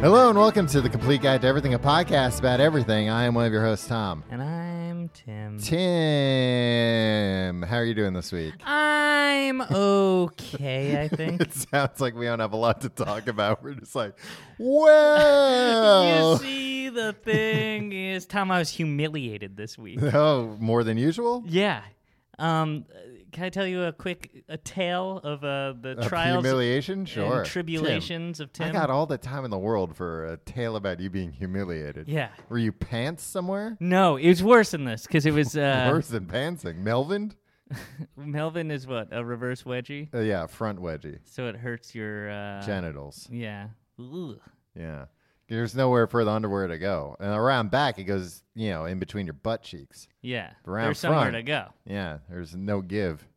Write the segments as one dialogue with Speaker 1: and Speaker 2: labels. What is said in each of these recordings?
Speaker 1: Hello and welcome to the Complete Guide to Everything, a podcast about everything. I am one of your hosts, Tom.
Speaker 2: And I'm Tim.
Speaker 1: Tim, how are you doing this week?
Speaker 2: I'm okay, I think.
Speaker 1: It sounds like we don't have a lot to talk about. We're just like, well,
Speaker 2: You see, the thing is, Tom, I was humiliated this week.
Speaker 1: oh, more than usual.
Speaker 2: yeah. Um, can I tell you a quick a tale of uh, the
Speaker 1: Of
Speaker 2: trials
Speaker 1: humiliation, sure.
Speaker 2: and tribulations of
Speaker 1: Tim,
Speaker 2: Tim?
Speaker 1: I got all the time in the world for a tale about you being humiliated.
Speaker 2: Yeah.
Speaker 1: Were you pants somewhere?
Speaker 2: No, it was worse than this because it was uh,
Speaker 1: Worse than pantsing, Melvin.
Speaker 2: Melvin is what a reverse wedgie,
Speaker 1: Uh, yeah, front wedgie,
Speaker 2: so it hurts your uh,
Speaker 1: genitals.
Speaker 2: Yeah. Ugh.
Speaker 1: Yeah. There's nowhere for the underwear to go. And around back, it goes, you know, in between your butt cheeks.
Speaker 2: Yeah.
Speaker 1: Around
Speaker 2: There's somewhere
Speaker 1: front.
Speaker 2: to go.
Speaker 1: Yeah, there's no give.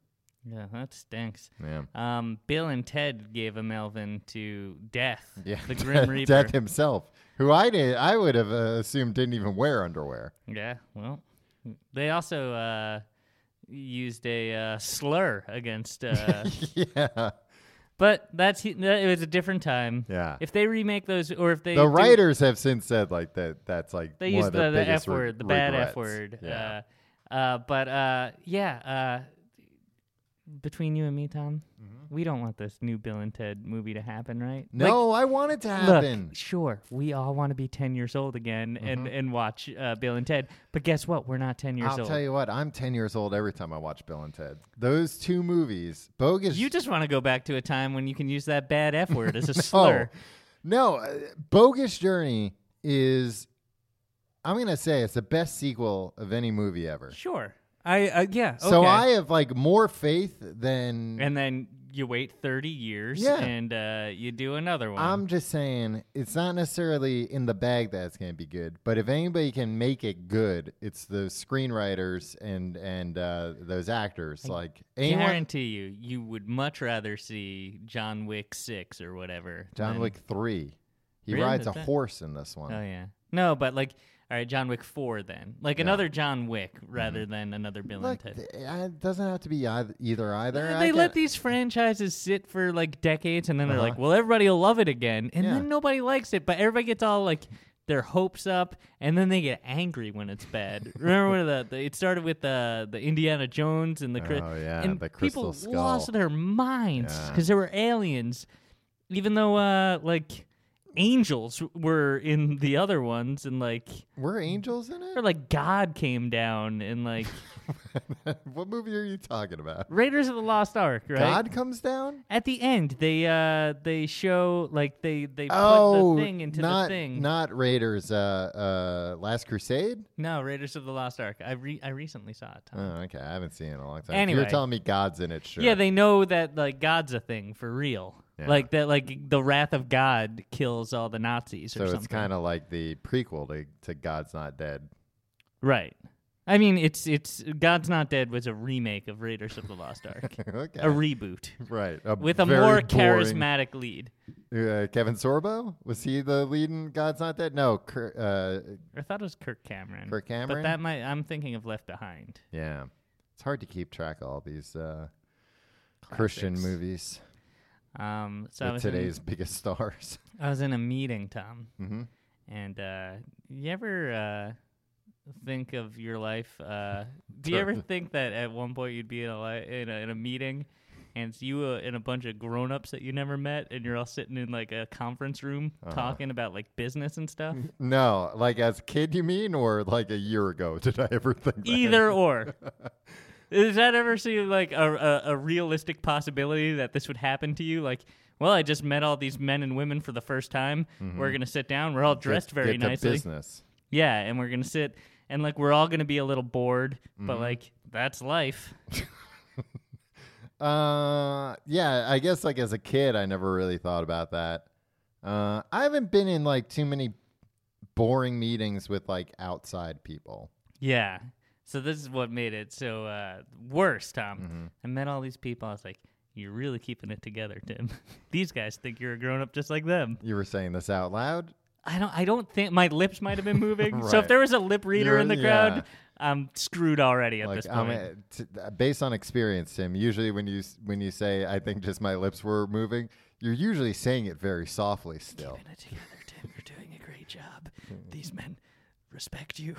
Speaker 2: Yeah, that stinks.
Speaker 1: Yeah.
Speaker 2: Um, Bill and Ted gave a Melvin to Death,
Speaker 1: Yeah.
Speaker 2: the Grim Reaper.
Speaker 1: Death himself, who I did, I would have uh, assumed didn't even wear underwear.
Speaker 2: Yeah, well, they also uh, used a uh, slur against. Uh,
Speaker 1: yeah.
Speaker 2: but that's that, it was a different time.
Speaker 1: Yeah.
Speaker 2: If they remake those, or if they
Speaker 1: The
Speaker 2: do-
Speaker 1: writers have since said like that. That's like
Speaker 2: they
Speaker 1: one
Speaker 2: use
Speaker 1: of their
Speaker 2: the, the
Speaker 1: biggest
Speaker 2: F
Speaker 1: re-
Speaker 2: word, the bad
Speaker 1: regrets.
Speaker 2: F word.
Speaker 1: Yeah.
Speaker 2: Uh, uh, but uh, yeah, uh, between you and me, Tom, we don't want this new Bill and Ted movie to happen, right? Like,
Speaker 1: Mm-hmm. no, I want it to happen.
Speaker 2: Look, Uh, sure, we all want to be 10 years old again and, and watch uh, Bill and Ted, but guess what? We're not 10 years
Speaker 1: Mm-hmm. I'll
Speaker 2: old.
Speaker 1: tell you what, I'm 10 years old every time I watch Bill and Ted. Those two movies, bogus.
Speaker 2: You just want to go back to a time when you can use that bad F word as
Speaker 1: Oh,
Speaker 2: a slur.
Speaker 1: no. uh, Bogus Journey is, I'm going to say it's the best sequel of any movie ever.
Speaker 2: Sure. I uh, yeah.
Speaker 1: So I have like more faith than.
Speaker 2: and then you wait 30 years
Speaker 1: Yeah.
Speaker 2: and uh, you do another one.
Speaker 1: I'm just saying it's not necessarily in the bag that it's going to be good, but if anybody can make it good, it's the screenwriters and and uh, those actors. like anyone,
Speaker 2: guarantee you you would much rather see John Wick 6 or whatever.
Speaker 1: John
Speaker 2: than-
Speaker 1: Wick three, he
Speaker 2: Really?
Speaker 1: rides a
Speaker 2: Is that-
Speaker 1: horse in this one.
Speaker 2: Oh yeah. No, but like all right, John Wick 4 then. Like another John Wick rather than another Bill
Speaker 1: Mm-hmm. Look,
Speaker 2: and Ted.
Speaker 1: th- uh, it doesn't have to be either. either, either.
Speaker 2: Uh,
Speaker 1: I
Speaker 2: They
Speaker 1: get- Uh-huh.
Speaker 2: let these franchises sit for like decades, and then they're like, "Well, everybody will love it again," and
Speaker 1: Yeah.
Speaker 2: then nobody likes it. But everybody gets all like their hopes up, and then they get angry when it's bad. Remember when the, the it started with the the Indiana Jones and the Chris-
Speaker 1: Oh, yeah,
Speaker 2: and
Speaker 1: the
Speaker 2: people
Speaker 1: Crystal
Speaker 2: lost
Speaker 1: Skull.
Speaker 2: their minds
Speaker 1: Yeah.
Speaker 2: because there were aliens, even though uh like angels were in the other ones, and like
Speaker 1: Were angels in
Speaker 2: or
Speaker 1: it?
Speaker 2: like God came down and like
Speaker 1: what movie are you talking about?
Speaker 2: Raiders of the Lost Ark, right?
Speaker 1: God comes down.
Speaker 2: At the end, they uh they show like they they
Speaker 1: oh,
Speaker 2: put the thing into
Speaker 1: not
Speaker 2: the thing.
Speaker 1: not Raiders. Uh, uh, Last Crusade.
Speaker 2: no, Raiders of the Lost Ark. I re- I recently saw it. Tom.
Speaker 1: Oh, okay. I haven't seen it in a long time. If
Speaker 2: Uh-huh. Anyway.
Speaker 1: you're telling me God's in it, sure.
Speaker 2: Yeah, they know that like God's a thing for real.
Speaker 1: Yeah.
Speaker 2: Like that, like the wrath of God kills all the Nazis
Speaker 1: so
Speaker 2: or something.
Speaker 1: it's kind of like the prequel to, to God's Not Dead.
Speaker 2: right. I mean, it's it's God's Not Dead was a remake of Raiders of the Lost Ark,
Speaker 1: okay.
Speaker 2: a reboot
Speaker 1: right.
Speaker 2: with a
Speaker 1: very
Speaker 2: more
Speaker 1: boring-
Speaker 2: charismatic lead.
Speaker 1: Uh, Kevin Sorbo was he the lead in God's Not Dead? No. Cur- uh,
Speaker 2: I thought it was Kirk Cameron.
Speaker 1: Kirk
Speaker 2: But
Speaker 1: Cameron?
Speaker 2: that might I'm thinking of Left Behind.
Speaker 1: yeah. It's hard to keep track of all these uh, Christian
Speaker 2: Classics.
Speaker 1: movies
Speaker 2: Um, so I
Speaker 1: with
Speaker 2: was in-
Speaker 1: today's biggest stars.
Speaker 2: I was in a meeting, Tom,
Speaker 1: hmm
Speaker 2: and uh, you ever uh, think of your life? Uh, do you ever think that at one point you'd be in a li- in a, in a meeting, and it's you uh, and a bunch of grown ups that you never met, and you're all sitting in like a conference room
Speaker 1: Uh-huh.
Speaker 2: talking about like business and stuff?
Speaker 1: No, like as a kid, you mean, or like a year ago? Did I ever think that?
Speaker 2: Either or. Does that ever seem like a, a, a realistic possibility that this would happen to you? Like, well, I just met all these men and women for the first time. We're gonna sit down. We're all dressed
Speaker 1: Mm-hmm. Get-
Speaker 2: very
Speaker 1: get to
Speaker 2: nicely.
Speaker 1: business.
Speaker 2: Yeah, and we're gonna sit and like we're all gonna be a little bored,
Speaker 1: Mm-hmm.
Speaker 2: but like that's life.
Speaker 1: Uh, yeah, I guess like as a kid, I never really thought about that. Uh, I haven't been in like too many boring meetings with like outside people.
Speaker 2: Yeah. So this is what made it so uh, worse, Tom.
Speaker 1: Mm-hmm.
Speaker 2: I met all these people. I was like, "You're really keeping it together, Tim. these guys think you're a grown up just like them."
Speaker 1: You were saying this out loud.
Speaker 2: I don't. I don't think my lips might have been moving. So if
Speaker 1: Right.
Speaker 2: there was a lip reader in the
Speaker 1: You're-
Speaker 2: crowd,
Speaker 1: yeah.
Speaker 2: I'm screwed already at
Speaker 1: Like,
Speaker 2: this
Speaker 1: um,
Speaker 2: point.
Speaker 1: uh, t- uh, based on experience, Tim. Usually, when you s- when you say, "I think just my lips were moving," you're usually saying it very softly. Still,
Speaker 2: Keeping it together, Tim. You're doing a great job. These men respect you.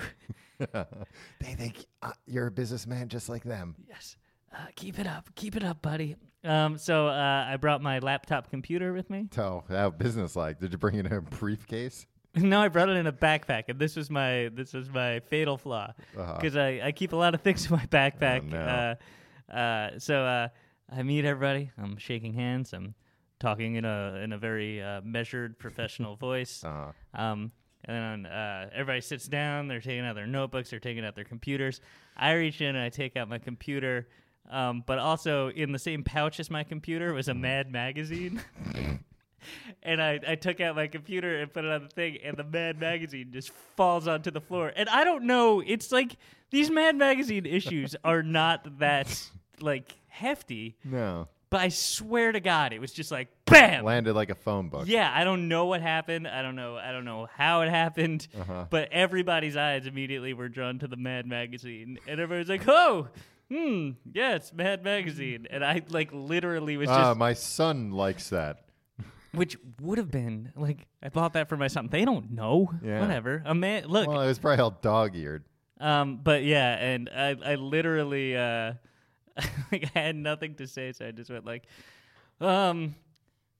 Speaker 1: they think uh, you're a businessman just like them.
Speaker 2: Yes. Uh, keep it up. Keep it up, buddy. Um, so uh, I brought my laptop computer with me.
Speaker 1: So, how business like? Did you bring it in a briefcase?
Speaker 2: no, I brought it in a backpack, and this was my this was my fatal flaw because I, I keep a lot of things in my backpack. uh, uh, so uh, I meet everybody. I'm shaking hands. I'm talking in a in a very uh, measured, professional voice.
Speaker 1: Uh-huh.
Speaker 2: Um, and then uh, everybody sits down. They're taking out their notebooks. They're taking out their computers. I reach in and I take out my computer. Um, but also in the same pouch as my computer was a Mad magazine. And I, I took out my computer and put it on the thing, and the Mad Magazine just falls onto the floor. And I don't know, it's like these Mad Magazine issues are not that like hefty,
Speaker 1: No,
Speaker 2: but I swear to God, it was just like bam.
Speaker 1: landed like a phone book.
Speaker 2: Yeah, I don't know what happened. I don't know. I don't know how it happened. But everybody's eyes immediately were drawn to the Mad magazine, and everybody's like, "Oh, hmm, yeah, it's Mad magazine." And I like literally was just
Speaker 1: Ah, my son likes that.
Speaker 2: which would have been like I bought that for my son. They don't know.
Speaker 1: Yeah.
Speaker 2: Whatever. A man. Look.
Speaker 1: Well, it was probably all dog-eared.
Speaker 2: um. But yeah, and I I literally uh like I had nothing to say, so I just went like, um,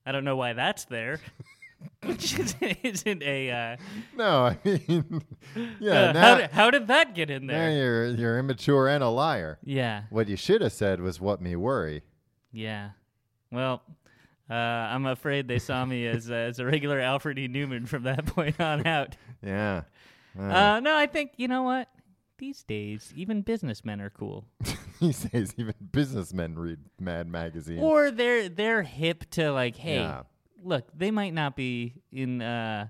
Speaker 2: I don't know why that's there. Which is, isn't a uh,
Speaker 1: No, I mean, yeah.
Speaker 2: uh,
Speaker 1: now,
Speaker 2: how, did, how did that get in
Speaker 1: now
Speaker 2: there?
Speaker 1: you're you're immature and a liar.
Speaker 2: yeah,
Speaker 1: What you should have said was what me worry.
Speaker 2: yeah. Well, uh, I'm afraid they saw me as uh, as a regular Alfred E. Newman from that point on out.
Speaker 1: Yeah.
Speaker 2: Uh, no, I think you know what. These days, even businessmen are cool,
Speaker 1: he says even businessmen read Mad Magazine.
Speaker 2: or they're they're hip to like, hey,
Speaker 1: Yeah.
Speaker 2: look, they might not be in, uh,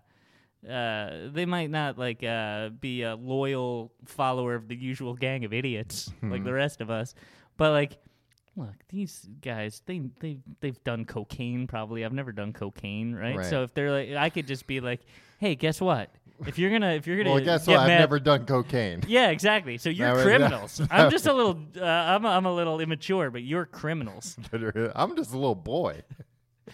Speaker 2: uh, they might not like uh, be a loyal follower of the usual gang of idiots
Speaker 1: Hmm.
Speaker 2: like the rest of us, but like, look, these guys, they they they've done cocaine probably. I've never done cocaine, right?
Speaker 1: Right.
Speaker 2: So if they're like, I could just be like, hey, guess what? If you're gonna if you're gonna
Speaker 1: well, guess
Speaker 2: get
Speaker 1: what? I've
Speaker 2: mad-
Speaker 1: never done cocaine.
Speaker 2: Yeah, exactly. So you're
Speaker 1: That would-
Speaker 2: criminals. I'm just a little. Uh, I'm a, I'm a little immature, but you're criminals.
Speaker 1: I'm just a little boy.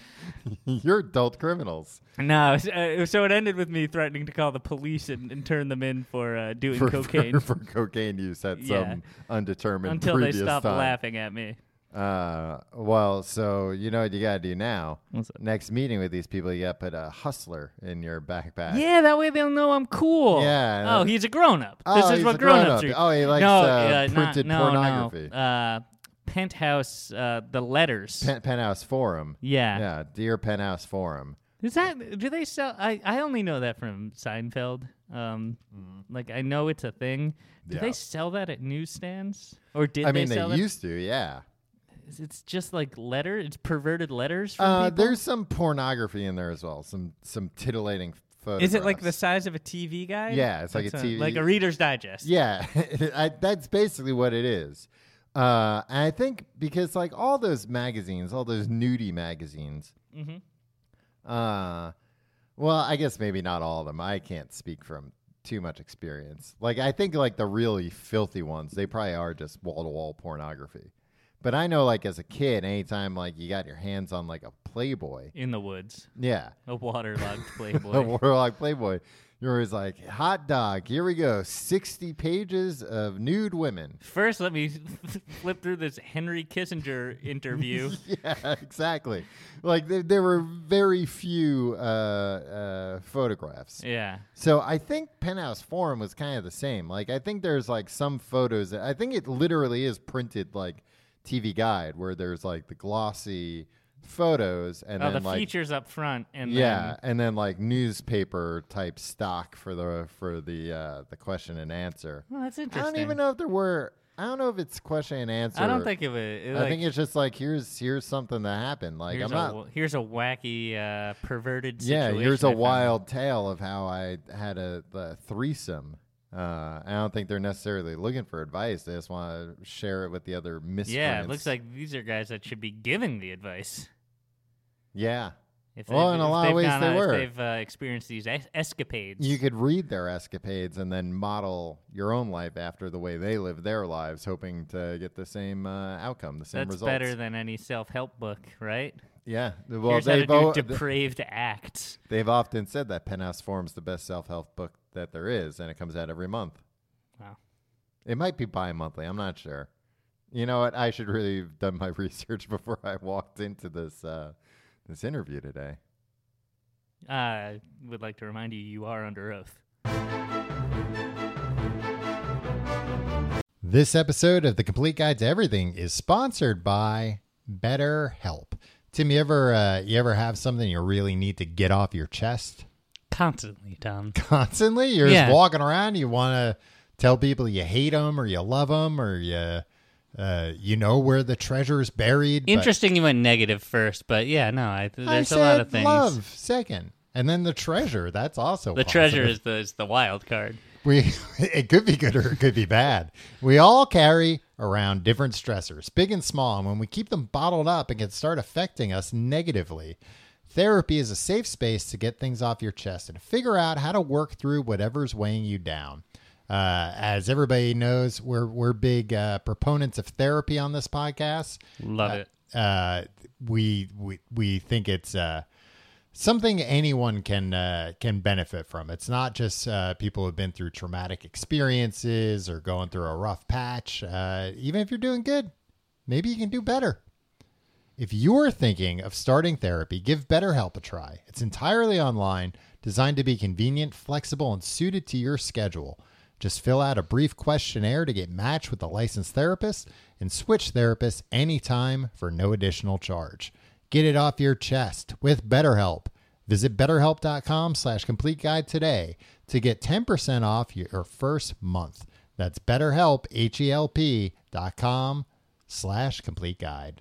Speaker 1: You're adult criminals
Speaker 2: No, s- uh, so it ended with me threatening to call the police and, and turn them in for uh, doing
Speaker 1: for,
Speaker 2: cocaine
Speaker 1: for, for cocaine use at
Speaker 2: Yeah.
Speaker 1: some undetermined
Speaker 2: until they
Speaker 1: previous
Speaker 2: stopped
Speaker 1: time.
Speaker 2: laughing at me.
Speaker 1: Uh, well, so you know what you gotta do now.
Speaker 2: What's that?
Speaker 1: Next meeting with these people, you gotta put a hustler in your backpack.
Speaker 2: Yeah, that way they'll know I'm cool.
Speaker 1: Yeah.
Speaker 2: Oh, he's a grown up. this
Speaker 1: Oh,
Speaker 2: is
Speaker 1: he's
Speaker 2: what
Speaker 1: a grown-up.
Speaker 2: grown-ups are.
Speaker 1: Oh, he likes,
Speaker 2: no,
Speaker 1: uh,
Speaker 2: not-
Speaker 1: printed
Speaker 2: no, no.
Speaker 1: pornography.
Speaker 2: Uh, penthouse. Uh, the letters.
Speaker 1: Pen- Penthouse Forum.
Speaker 2: yeah.
Speaker 1: Yeah, dear Penthouse Forum.
Speaker 2: Is that do they sell? I I only know that from Seinfeld. Um, like I know it's a thing. Do they
Speaker 1: Mm-hmm. Yeah.
Speaker 2: sell that at newsstands or did
Speaker 1: I mean,
Speaker 2: they
Speaker 1: they
Speaker 2: sell it?
Speaker 1: used to, yeah.
Speaker 2: It's just like letter. It's perverted letters. From
Speaker 1: Uh,
Speaker 2: people?
Speaker 1: there's some pornography in there as well. Some some titillating photographs.
Speaker 2: Is it like the size of a TV guide?
Speaker 1: Yeah, it's like
Speaker 2: That's
Speaker 1: a TV
Speaker 2: like a Reader's Digest.
Speaker 1: Yeah, I, that's basically what it is. Uh, and I think because like all those magazines, all those nudie magazines. Uh, well, I guess maybe not all of them. I can't speak from too much experience. Like I think like the really filthy ones, they probably are just wall to wall pornography. But I know like as a kid, anytime like you got your hands on like a Playboy,
Speaker 2: in the woods,
Speaker 1: yeah,
Speaker 2: a waterlogged
Speaker 1: the
Speaker 2: Playboy.
Speaker 1: Warlock Playboy. You're always like, hot dog, here we go. 60 pages of nude women.
Speaker 2: First, let me flip through this Henry Kissinger interview.
Speaker 1: Yeah, exactly. Like, there, there were very few uh, uh, photographs.
Speaker 2: yeah.
Speaker 1: So I think Penthouse Forum was kind of the same. Like, I think there's like some photos that I think it literally is printed like TV Guide, where there's like the glossy photos and
Speaker 2: oh,
Speaker 1: then
Speaker 2: the
Speaker 1: like
Speaker 2: features up front, and
Speaker 1: yeah,
Speaker 2: then,
Speaker 1: and then like newspaper type stock for the for the uh, the question and answer.
Speaker 2: well, that's
Speaker 1: I
Speaker 2: interesting.
Speaker 1: don't even know if there were. I don't know if it's question and answer.
Speaker 2: I don't think it would. It,
Speaker 1: I
Speaker 2: like,
Speaker 1: think it's just like here's here's something that happened. Like
Speaker 2: here's,
Speaker 1: I'm not.
Speaker 2: a, wa- here's a wacky, uh, perverted.
Speaker 1: yeah,
Speaker 2: situation
Speaker 1: here's
Speaker 2: I
Speaker 1: a
Speaker 2: found.
Speaker 1: wild tale of how I had a, the threesome. Uh, I don't think they're necessarily looking for advice. They just want to share it with the other miscreants.
Speaker 2: Yeah, it looks like these are guys that should be giving the advice.
Speaker 1: yeah.
Speaker 2: If
Speaker 1: Well,
Speaker 2: they've-
Speaker 1: in a
Speaker 2: if
Speaker 1: lot of
Speaker 2: they've
Speaker 1: ways
Speaker 2: gone
Speaker 1: they
Speaker 2: out- if
Speaker 1: were.
Speaker 2: They've uh, experienced these es- escapades.
Speaker 1: You could read their escapades and then model your own life after the way they live their lives, hoping to get the same uh, outcome, the same
Speaker 2: That's
Speaker 1: results.
Speaker 2: better than any self-help book, right?
Speaker 1: yeah. Well,
Speaker 2: Here's how to
Speaker 1: they've,
Speaker 2: do
Speaker 1: o-
Speaker 2: depraved acts.
Speaker 1: they've often said that Penthouse Forms the best self-help book that there is, and it comes out every month.
Speaker 2: Wow.
Speaker 1: It might be bi-monthly. I'm not sure. You know what? I should really have done my research before I walked into this uh, this interview today.
Speaker 2: I Uh, would like to remind you, you are under oath.
Speaker 1: This episode of the Complete Guide to Everything is sponsored by BetterHelp. Tim, you ever uh, you ever have something you really need to get off your chest
Speaker 2: Constantly, Tom.
Speaker 1: constantly? You're
Speaker 2: Yeah.
Speaker 1: just walking around. You want to tell people you hate them or you love them or you uh, you know where the treasure is buried. but-
Speaker 2: Interesting, you went negative first, but yeah, no, I, th-
Speaker 1: I
Speaker 2: there's
Speaker 1: said
Speaker 2: a lot of things.
Speaker 1: love second, and then the treasure. That's also
Speaker 2: The
Speaker 1: positive.
Speaker 2: treasure is the is the wild card.
Speaker 1: We it could be good or it could be bad. We all carry around different stressors, big and small, and when we keep them bottled up, it can start affecting us negatively. Therapy is a safe space to get things off your chest and figure out how to work through whatever's weighing you down. Uh, as everybody knows, we're we're big uh, proponents of therapy on this podcast.
Speaker 2: Love it.
Speaker 1: Uh, we we we think it's uh, something anyone can uh, can benefit from. It's not just uh, people who've been through traumatic experiences or going through a rough patch. Uh, even if you're doing good, maybe you can do better. If you're thinking of starting therapy, give BetterHelp a try. It's entirely online, designed to be convenient, flexible, and suited to your schedule. Just fill out a brief questionnaire to get matched with a licensed therapist and switch therapists anytime for no additional charge. Get it off your chest with BetterHelp. Visit betterhelp.com slash complete guide today to get 10% off your first month. That's betterhelp, H-E-L-P dot com slash complete guide.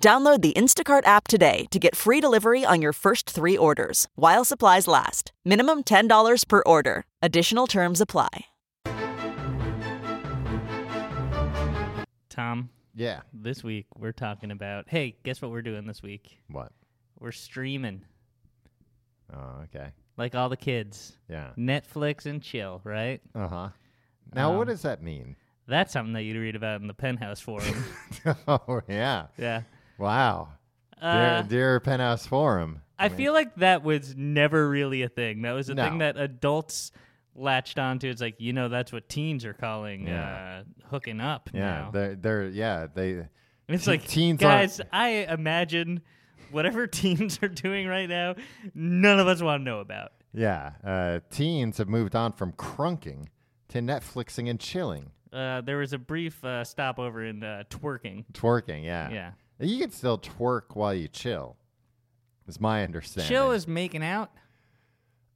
Speaker 3: Download the Instacart app today to get free delivery on your first three orders while supplies last. Minimum $10 per order. Additional terms apply.
Speaker 2: Tom,
Speaker 1: Yeah.
Speaker 2: this week we're talking about. Hey, guess what we're doing this week?
Speaker 1: What?
Speaker 2: We're streaming
Speaker 1: Oh, okay.
Speaker 2: like all the kids,
Speaker 1: Yeah.
Speaker 2: Netflix and chill, right?
Speaker 1: Uh huh. Now,
Speaker 2: Um,
Speaker 1: what does that mean?
Speaker 2: That's something that you read about in the Penthouse Forum.
Speaker 1: oh, yeah.
Speaker 2: yeah.
Speaker 1: Wow.
Speaker 2: Uh,
Speaker 1: dear, dear Penthouse Forum.
Speaker 2: I feel like that was never really a thing. That was a thing
Speaker 1: No.
Speaker 2: that adults latched onto. It's like you know that's what teens are calling
Speaker 1: Yeah.
Speaker 2: uh, hooking up
Speaker 1: Yeah.
Speaker 2: now.
Speaker 1: They're, they're, yeah, they.
Speaker 2: And it's
Speaker 1: te-
Speaker 2: like
Speaker 1: teens aren't-
Speaker 2: guys, I imagine whatever teens are doing right now, none of us want to know about.
Speaker 1: Yeah. Uh, teens have moved on from crunking to Netflixing and chilling.
Speaker 2: Uh, there was a brief uh, stopover in uh, twerking.
Speaker 1: Twerking, yeah.
Speaker 2: Yeah.
Speaker 1: You can still twerk while you chill, is my understanding.
Speaker 2: Chill is making out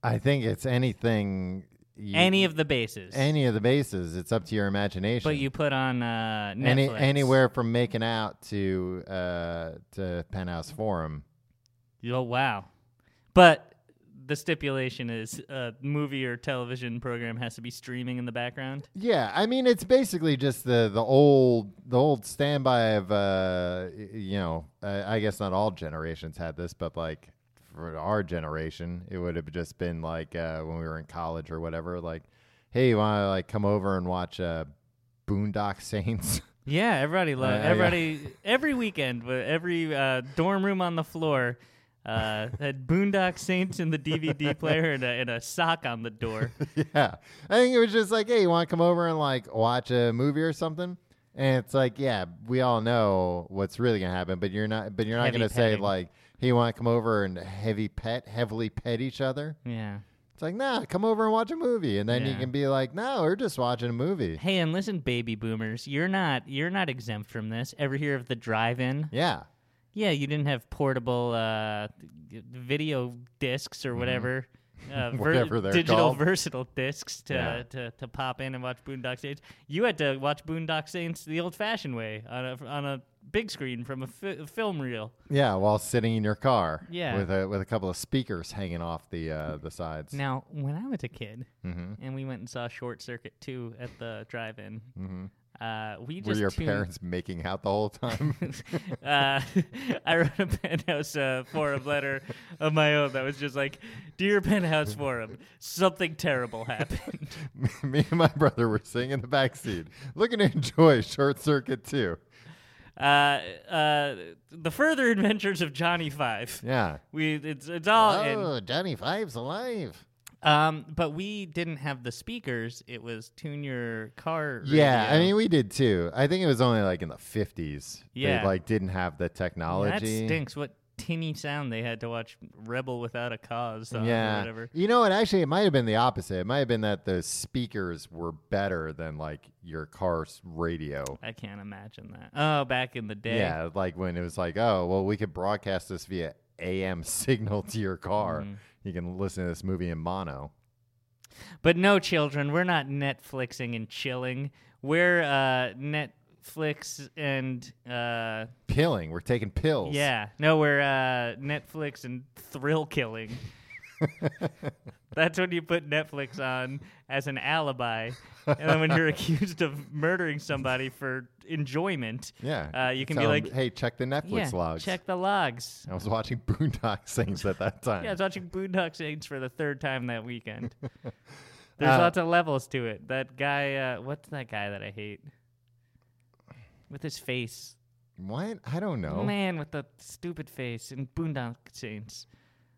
Speaker 1: I think it's anything. You,
Speaker 2: any of the bases,
Speaker 1: any of the bases. It's up to your imagination.
Speaker 2: but you put on uh, Netflix.
Speaker 1: Any, anywhere from making out to uh, to penthouse forum.
Speaker 2: Oh wow! But the stipulation is a movie or television program has to be streaming in the background.
Speaker 1: Yeah, I mean it's basically just the the old the old standby of uh, y- you know uh, I guess not all generations had this, but like for our generation, it would have just been like uh, when we were in college or whatever. Like, hey, you want to like come over and watch uh, Boondock Saints?
Speaker 2: Yeah, everybody
Speaker 1: Uh,
Speaker 2: loved
Speaker 1: yeah.
Speaker 2: everybody every weekend, with every uh, dorm room on the floor. Uh, had Boondock Saints in the DVD player and a, and a sock on the door.
Speaker 1: Yeah. I think it was just like, hey, you want to come over and like watch a movie or something? And it's like, yeah, we all know what's really gonna happen, but you're not but you're not
Speaker 2: Heavy
Speaker 1: gonna say
Speaker 2: petting.
Speaker 1: like, hey, you want to come over and heavy pet heavily pet each other?
Speaker 2: Yeah.
Speaker 1: It's like, nah, come over and watch a movie. And then you
Speaker 2: Yeah.
Speaker 1: can be like, no, we're just watching a movie.
Speaker 2: Hey, and listen, baby boomers, you're not you're not exempt from this. Ever hear of the drive-in?
Speaker 1: Yeah.
Speaker 2: Yeah, you didn't have portable uh, video discs or whatever. Uh,
Speaker 1: Whatever they're
Speaker 2: digital
Speaker 1: called.
Speaker 2: versatile discs to,
Speaker 1: Yeah.
Speaker 2: to to pop in and watch Boondock Saints. You had to watch Boondock Saints the old-fashioned way on a on a big screen from a fi- film reel.
Speaker 1: Yeah, while sitting in your car.
Speaker 2: Yeah.
Speaker 1: With a with a couple of speakers hanging off the uh the sides.
Speaker 2: Now, when I was a kid, and we went and saw Short Circuit Two at the drive-in, uh, we
Speaker 1: Were
Speaker 2: just
Speaker 1: your
Speaker 2: tuned-
Speaker 1: parents making out the whole time?
Speaker 2: uh, I wrote a penthouse uh, forum letter of my own that was just like, "Dear penthouse forum, something terrible happened."
Speaker 1: Me and my brother were sitting in the back seat, looking to enjoy Short Circuit 2.
Speaker 2: Uh, uh, the further adventures of Johnny Five.
Speaker 1: Yeah.
Speaker 2: We it's it's
Speaker 1: Oh,
Speaker 2: all in.
Speaker 1: Johnny Five's alive.
Speaker 2: Um, but we didn't have the speakers. It was tune your car.
Speaker 1: Yeah, I
Speaker 2: radio.
Speaker 1: mean, we did too. I think it was only like in the 50s.
Speaker 2: Yeah.
Speaker 1: They like didn't have the
Speaker 2: that
Speaker 1: technology.
Speaker 2: stinks. What tinny sound they had to watch Rebel Without a Cause. on
Speaker 1: Yeah.
Speaker 2: or whatever.
Speaker 1: You know what? Actually, it might have been the opposite. It might have been that the speakers were better than like your car's radio.
Speaker 2: I can't imagine that. Oh, back in the day.
Speaker 1: Yeah, like when it was like, oh, well, we could broadcast this via AM signal to your car. You can listen to this movie in mono.
Speaker 2: But no, children, we're not Netflixing and chilling. We're uh, Netflix and uh,
Speaker 1: Pilling. We're taking pills.
Speaker 2: yeah, no, we're uh, Netflix and thrill killing. That's when you put Netflix on as an alibi, and then when you're accused of murdering somebody for enjoyment,
Speaker 1: Yeah.
Speaker 2: uh, you can
Speaker 1: Tell
Speaker 2: be
Speaker 1: 'em,
Speaker 2: like,
Speaker 1: hey, check the Netflix
Speaker 2: yeah,
Speaker 1: logs.
Speaker 2: check the logs.
Speaker 1: I was watching Boondock Saints at that time.
Speaker 2: Yeah, I was watching Boondock Saints for the third time that weekend.
Speaker 1: Uh,
Speaker 2: There's lots of levels to it. That guy, uh, what's that guy that I hate? With his face.
Speaker 1: what? I don't know.
Speaker 2: Man with the stupid face in Boondock Saints.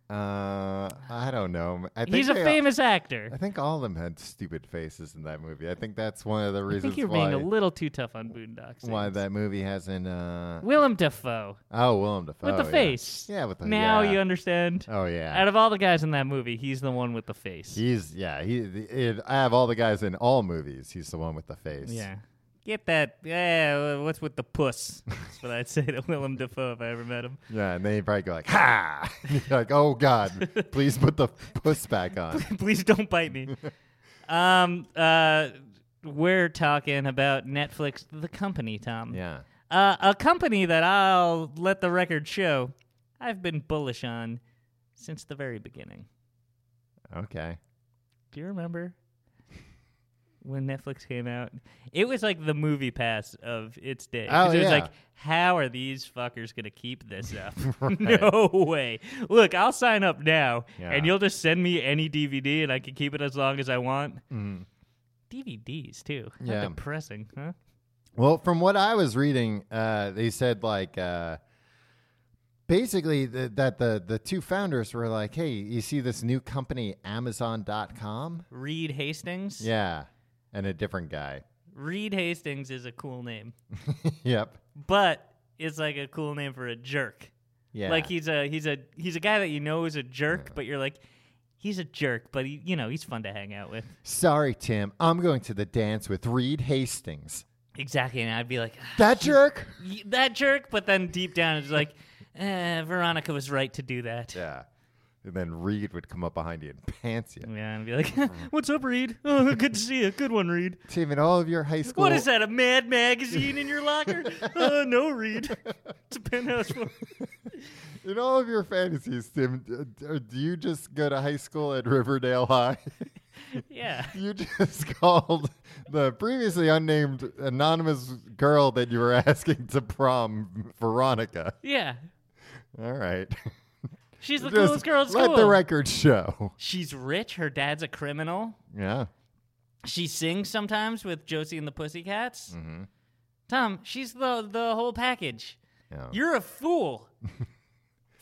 Speaker 1: Uh, I don't know. I think
Speaker 2: He's a
Speaker 1: they all-
Speaker 2: famous actor.
Speaker 1: I think all of them had stupid faces in that movie. I think that's one of the
Speaker 2: I
Speaker 1: reasons
Speaker 2: think you're
Speaker 1: why,
Speaker 2: being a little too tough on Boondock Saints.
Speaker 1: why that movie hasn't. Uh,
Speaker 2: Willem Dafoe
Speaker 1: oh, Willem Dafoe.
Speaker 2: with the
Speaker 1: yeah.
Speaker 2: face.
Speaker 1: Yeah, with the
Speaker 2: Now
Speaker 1: yeah.
Speaker 2: you understand.
Speaker 1: Oh yeah.
Speaker 2: Out of all the guys in that movie, he's the one with the face.
Speaker 1: He's yeah. He it, I have all the guys in all movies. He's the one with the face.
Speaker 2: Yeah. Get that. Yeah, what's with the puss? That's what I'd say to Willem Dafoe if I ever met him.
Speaker 1: Yeah, and then you probably go like, "Ha!" You're like, "Oh God, please put the puss back on."
Speaker 2: Please don't bite me. um, uh, we're talking about Netflix, the company, Tom.
Speaker 1: Yeah.
Speaker 2: Uh, a company that I'll let the record show I've been bullish on since the very beginning.
Speaker 1: Okay.
Speaker 2: Do you remember when Netflix came out? It was like the movie pass of its day. 'Cause
Speaker 1: Oh,
Speaker 2: it was
Speaker 1: yeah.
Speaker 2: like, how are these fuckers going to keep this up? no way. Look, I'll sign up now,
Speaker 1: Yeah.
Speaker 2: and you'll just send me any DVD, and I can keep it as long as I want. DVDs, too. How
Speaker 1: Yeah.
Speaker 2: depressing, huh?
Speaker 1: Well, from what I was reading, uh, they said like uh, basically th- that the the two founders were like, "Hey, you see this new company, Amazon.com?
Speaker 2: Reed Hastings?
Speaker 1: Yeah, and a different guy.
Speaker 2: Reed Hastings is a cool name,
Speaker 1: yep.
Speaker 2: but it's like a cool name for a jerk.
Speaker 1: Yeah.
Speaker 2: Like he's a he's a he's a guy that you know is a jerk, but you're like, he's a jerk, but he, you know he's fun to hang out with.
Speaker 1: Sorry, Tim. I'm going to the dance with Reed Hastings.
Speaker 2: Exactly, and I'd be like, "Ah,
Speaker 1: That jerk.
Speaker 2: "Y- that jerk, but then deep down it's like, eh, Veronica was right to do that.
Speaker 1: Yeah. And then Reed would come up behind you and pants you.
Speaker 2: Yeah, and be like, what's up, Reed? Oh, good to see you. Good one, Reed.
Speaker 1: Tim, in all of your high school.
Speaker 2: What is that? A Mad magazine in your locker? uh, no, Reed. It's a penthouse. one.
Speaker 1: In all of your fantasies, Tim, d- d- do you just go to high school at Riverdale High?
Speaker 2: yeah.
Speaker 1: you just called the previously unnamed anonymous girl that you were asking to prom, Veronica.
Speaker 2: Yeah.
Speaker 1: All right.
Speaker 2: She's the
Speaker 1: Just
Speaker 2: coolest girl in
Speaker 1: let
Speaker 2: school.
Speaker 1: the record show.
Speaker 2: She's rich. Her dad's a criminal.
Speaker 1: Yeah.
Speaker 2: She sings sometimes with Josie and the Pussycats.
Speaker 1: Mm-hmm.
Speaker 2: Tom, she's the the whole package.
Speaker 1: Yeah.
Speaker 2: You're a fool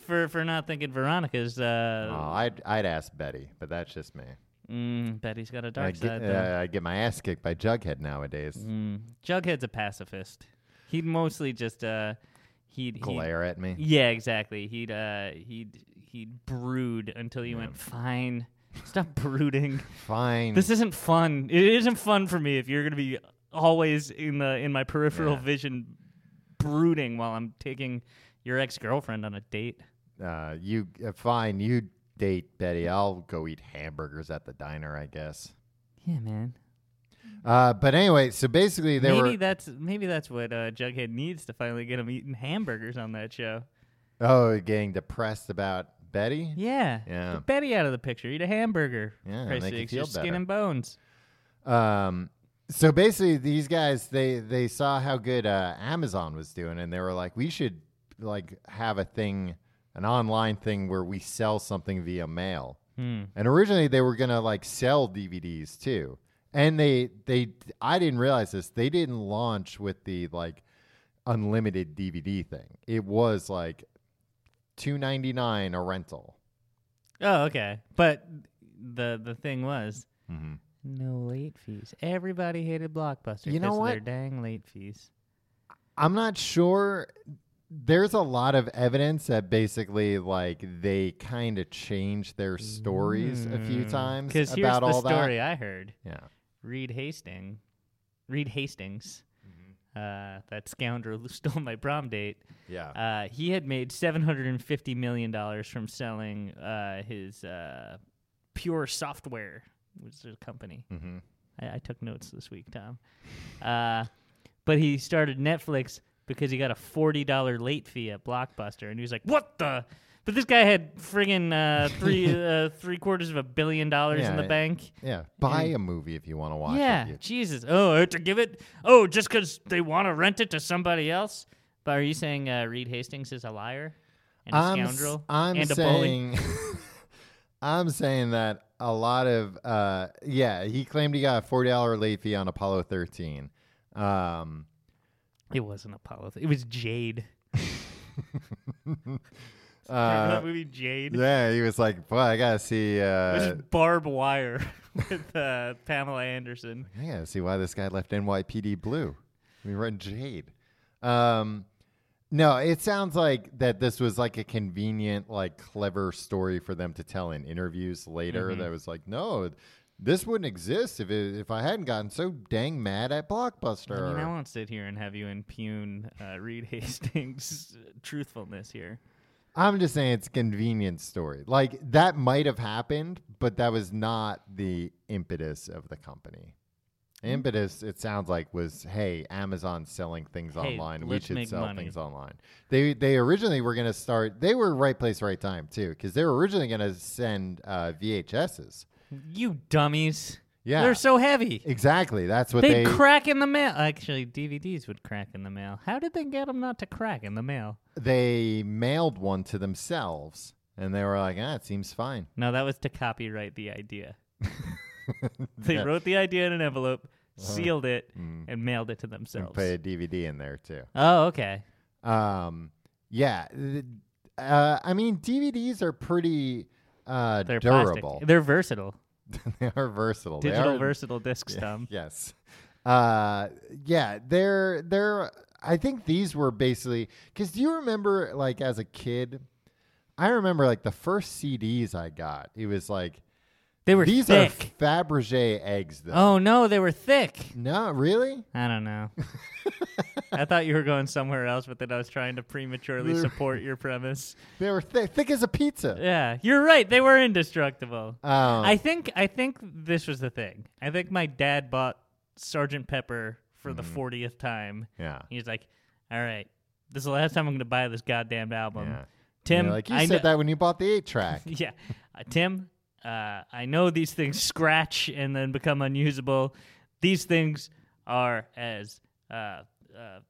Speaker 2: for for not thinking Veronica's.
Speaker 1: Oh,
Speaker 2: Uh,
Speaker 1: I'd I'd ask Betty, but that's just me.
Speaker 2: mm, Betty's got a
Speaker 1: I
Speaker 2: dark
Speaker 1: get,
Speaker 2: side. though.
Speaker 1: uh, I get my ass kicked by Jughead nowadays.
Speaker 2: Mm. Jughead's a pacifist. He'd mostly just uh, he'd he'd-
Speaker 1: Glare at me.
Speaker 2: yeah, exactly. He'd uh, he'd he'd brood until you went fine. Stop brooding.
Speaker 1: Fine.
Speaker 2: This isn't fun. It isn't fun for me if you're gonna be always in the in my peripheral
Speaker 1: Yeah.
Speaker 2: vision, brooding while I'm taking your ex girlfriend on a date.
Speaker 1: uh, you uh, fine. You date Betty. I'll go eat hamburgers at the diner, I guess.
Speaker 2: Yeah, man.
Speaker 1: Uh, but anyway, so basically they
Speaker 2: maybe
Speaker 1: were.
Speaker 2: that's maybe that's what uh, Jughead needs to finally get him eating hamburgers on that show.
Speaker 1: oh, getting depressed about Betty.
Speaker 2: Yeah.
Speaker 1: Yeah.
Speaker 2: Get Betty out of the picture. Eat a hamburger.
Speaker 1: Yeah,
Speaker 2: Christ's
Speaker 1: make you
Speaker 2: sakes,
Speaker 1: feel
Speaker 2: your skin
Speaker 1: better.
Speaker 2: and bones.
Speaker 1: Um, so basically, these guys they they saw how good uh, Amazon was doing, and they were like, we should like have a thing, an online thing where we sell something via mail. And originally, they were gonna like sell DVDs too. And they they I didn't realize this. They didn't launch with the like unlimited DVD thing. It was like two ninety nine a rental.
Speaker 2: Oh, okay. But the the thing was
Speaker 1: Mm-hmm.
Speaker 2: no late fees. Everybody hated Blockbuster.
Speaker 1: You know
Speaker 2: 'cause of Their
Speaker 1: what?
Speaker 2: dang late fees.
Speaker 1: I'm not sure. There's a lot of evidence that basically, like, they kind of changed their stories a few times
Speaker 2: Because
Speaker 1: about
Speaker 2: Hmm. Mm. here's the
Speaker 1: all
Speaker 2: story
Speaker 1: that.
Speaker 2: I heard.
Speaker 1: Yeah,
Speaker 2: Reed Hastings, Reed Hastings, uh, that scoundrel who stole my prom date.
Speaker 1: yeah.
Speaker 2: Uh, he had made seven hundred and fifty million dollars from selling uh, his uh, Pure Software, which is a company.
Speaker 1: Mhm.
Speaker 2: I, I took notes this week, Tom. Uh, but he started Netflix because he got a forty dollar late fee at Blockbuster, and he was like, "What the." But this guy had friggin' uh, three uh, three quarters of a billion dollars in
Speaker 1: Yeah,
Speaker 2: the
Speaker 1: it-
Speaker 2: bank.
Speaker 1: yeah, buy a movie if you want to watch.
Speaker 2: Yeah,
Speaker 1: it.
Speaker 2: Jesus. Oh, I have to give it. Oh, just because they want to rent it to somebody else. But are you saying uh, Reed Hastings is a liar and a
Speaker 1: I'm s-
Speaker 2: scoundrel
Speaker 1: I'm
Speaker 2: and a bully?
Speaker 1: saying, I'm saying that a lot of uh, yeah. He claimed he got a forty dollar late fee on Apollo thirteen. Um,
Speaker 2: It wasn't Apollo. It was Jade. Remember
Speaker 1: uh,
Speaker 2: that movie Jade?
Speaker 1: yeah, he was like, "Boy, I gotta see."
Speaker 2: it was
Speaker 1: Uh,
Speaker 2: barbed wire with uh, Pamela Anderson.
Speaker 1: I gotta see why this guy left NYPD blue. We run Jade. Um, no, it sounds like that this was like a convenient, like clever story for them to tell in interviews later. That was like, no, this wouldn't exist if it, if I hadn't gotten so dang mad at Blockbuster.
Speaker 2: I mean, I won't sit here and have you impugn uh, Reed Hastings' truthfulness here.
Speaker 1: I'm just saying it's a convenient story. Like that might have happened, but that was not the impetus of the company.
Speaker 2: Mm-hmm.
Speaker 1: Impetus, it sounds like, was hey, Amazon's selling things
Speaker 2: Hey,
Speaker 1: online. We
Speaker 2: let's
Speaker 1: should
Speaker 2: make
Speaker 1: sell
Speaker 2: money.
Speaker 1: things online. They they originally were going to start. They were right place, right time too, because they were originally going to send uh, VHSs.
Speaker 2: You dummies.
Speaker 1: Yeah.
Speaker 2: They're so heavy.
Speaker 1: Exactly. That's what
Speaker 2: They'd
Speaker 1: they.
Speaker 2: crack in the mail. Actually, DVDs would crack in the mail. How did they get them not to crack in the mail?
Speaker 1: they mailed one to themselves, and they were like, ah, it seems fine.
Speaker 2: No, that was to copyright the idea. they
Speaker 1: Yeah.
Speaker 2: wrote the idea in an envelope, sealed it, and mailed it to
Speaker 1: Uh-huh. Mm. And
Speaker 2: themselves.
Speaker 1: put a DVD in there too.
Speaker 2: Oh, okay.
Speaker 1: Um, yeah, th- uh, I mean DVDs are pretty uh,
Speaker 2: They're
Speaker 1: durable.
Speaker 2: plastic. They're versatile.
Speaker 1: they are versatile. They
Speaker 2: Digital
Speaker 1: are-
Speaker 2: versatile discs, Tom.
Speaker 1: Yes. Uh, yeah, they're they're. I think these were basically because do you remember like as a kid? I remember like the first CDs I got. It was like
Speaker 2: They were
Speaker 1: these
Speaker 2: thick.
Speaker 1: are Fabergé eggs though.
Speaker 2: oh no, they were thick.
Speaker 1: No, really?
Speaker 2: I don't know. I thought you were going somewhere else, but then I was trying to prematurely support your premise.
Speaker 1: They were thick, thick as a pizza.
Speaker 2: Yeah, you're right. They were indestructible.
Speaker 1: Um,
Speaker 2: I think I think this was the thing. I think my dad bought Sergeant Pepper for the
Speaker 1: Mm-hmm.
Speaker 2: fortieth time.
Speaker 1: yeah.
Speaker 2: He's like, "All right, this is the last time I'm going to buy this goddamn album."
Speaker 1: Yeah.
Speaker 2: Tim,
Speaker 1: You're like you
Speaker 2: I
Speaker 1: said
Speaker 2: know-
Speaker 1: that when you bought the eight track.
Speaker 2: yeah, uh, Tim, uh, I know these things scratch and then become unusable. These things are as uh, uh,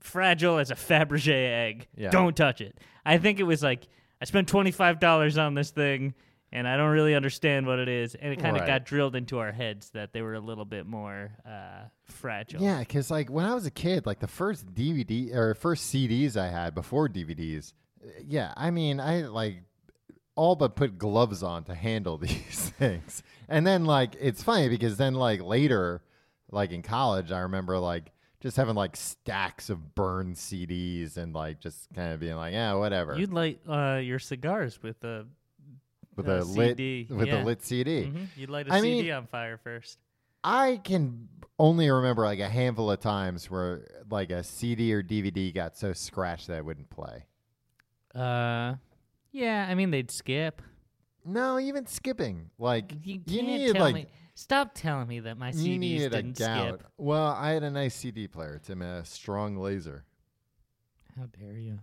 Speaker 2: fragile as a Fabergé egg.
Speaker 1: Yeah.
Speaker 2: Don't touch it. I think it was like I spent twenty five dollars on this thing. And I don't really understand what it is, and it kind of
Speaker 1: Right.
Speaker 2: got drilled into our heads that they were a little bit more uh, fragile.
Speaker 1: Yeah, because like when I was a kid, like the first DVD or first CDs I had before DVDs, eh, yeah, I mean, I like all but put gloves on to handle these things. And then like it's funny because then like later, like in college, I remember like just having like stacks of burned CDs and like just kind of being like, yeah, whatever.
Speaker 2: You'd light uh, your cigars with a
Speaker 1: with
Speaker 2: uh,
Speaker 1: a lit
Speaker 2: CD,
Speaker 1: with a
Speaker 2: yeah.
Speaker 1: lit CD.
Speaker 2: mhm, you'd light a
Speaker 1: Mm-hmm. I
Speaker 2: CD
Speaker 1: mean-
Speaker 2: on fire first.
Speaker 1: I can only remember like a handful of times where like a CD or DVD got so scratched that it wouldn't play.
Speaker 2: Uh, yeah, I mean they'd skip.
Speaker 1: No, even skipping. Like
Speaker 2: You
Speaker 1: you,
Speaker 2: can't
Speaker 1: needed
Speaker 2: tell
Speaker 1: like
Speaker 2: me. Stop telling me that my
Speaker 1: you
Speaker 2: CDs
Speaker 1: needed a
Speaker 2: didn't
Speaker 1: gout.
Speaker 2: skip.
Speaker 1: Well, I had a nice CD player. It's in a strong laser.
Speaker 2: How dare you?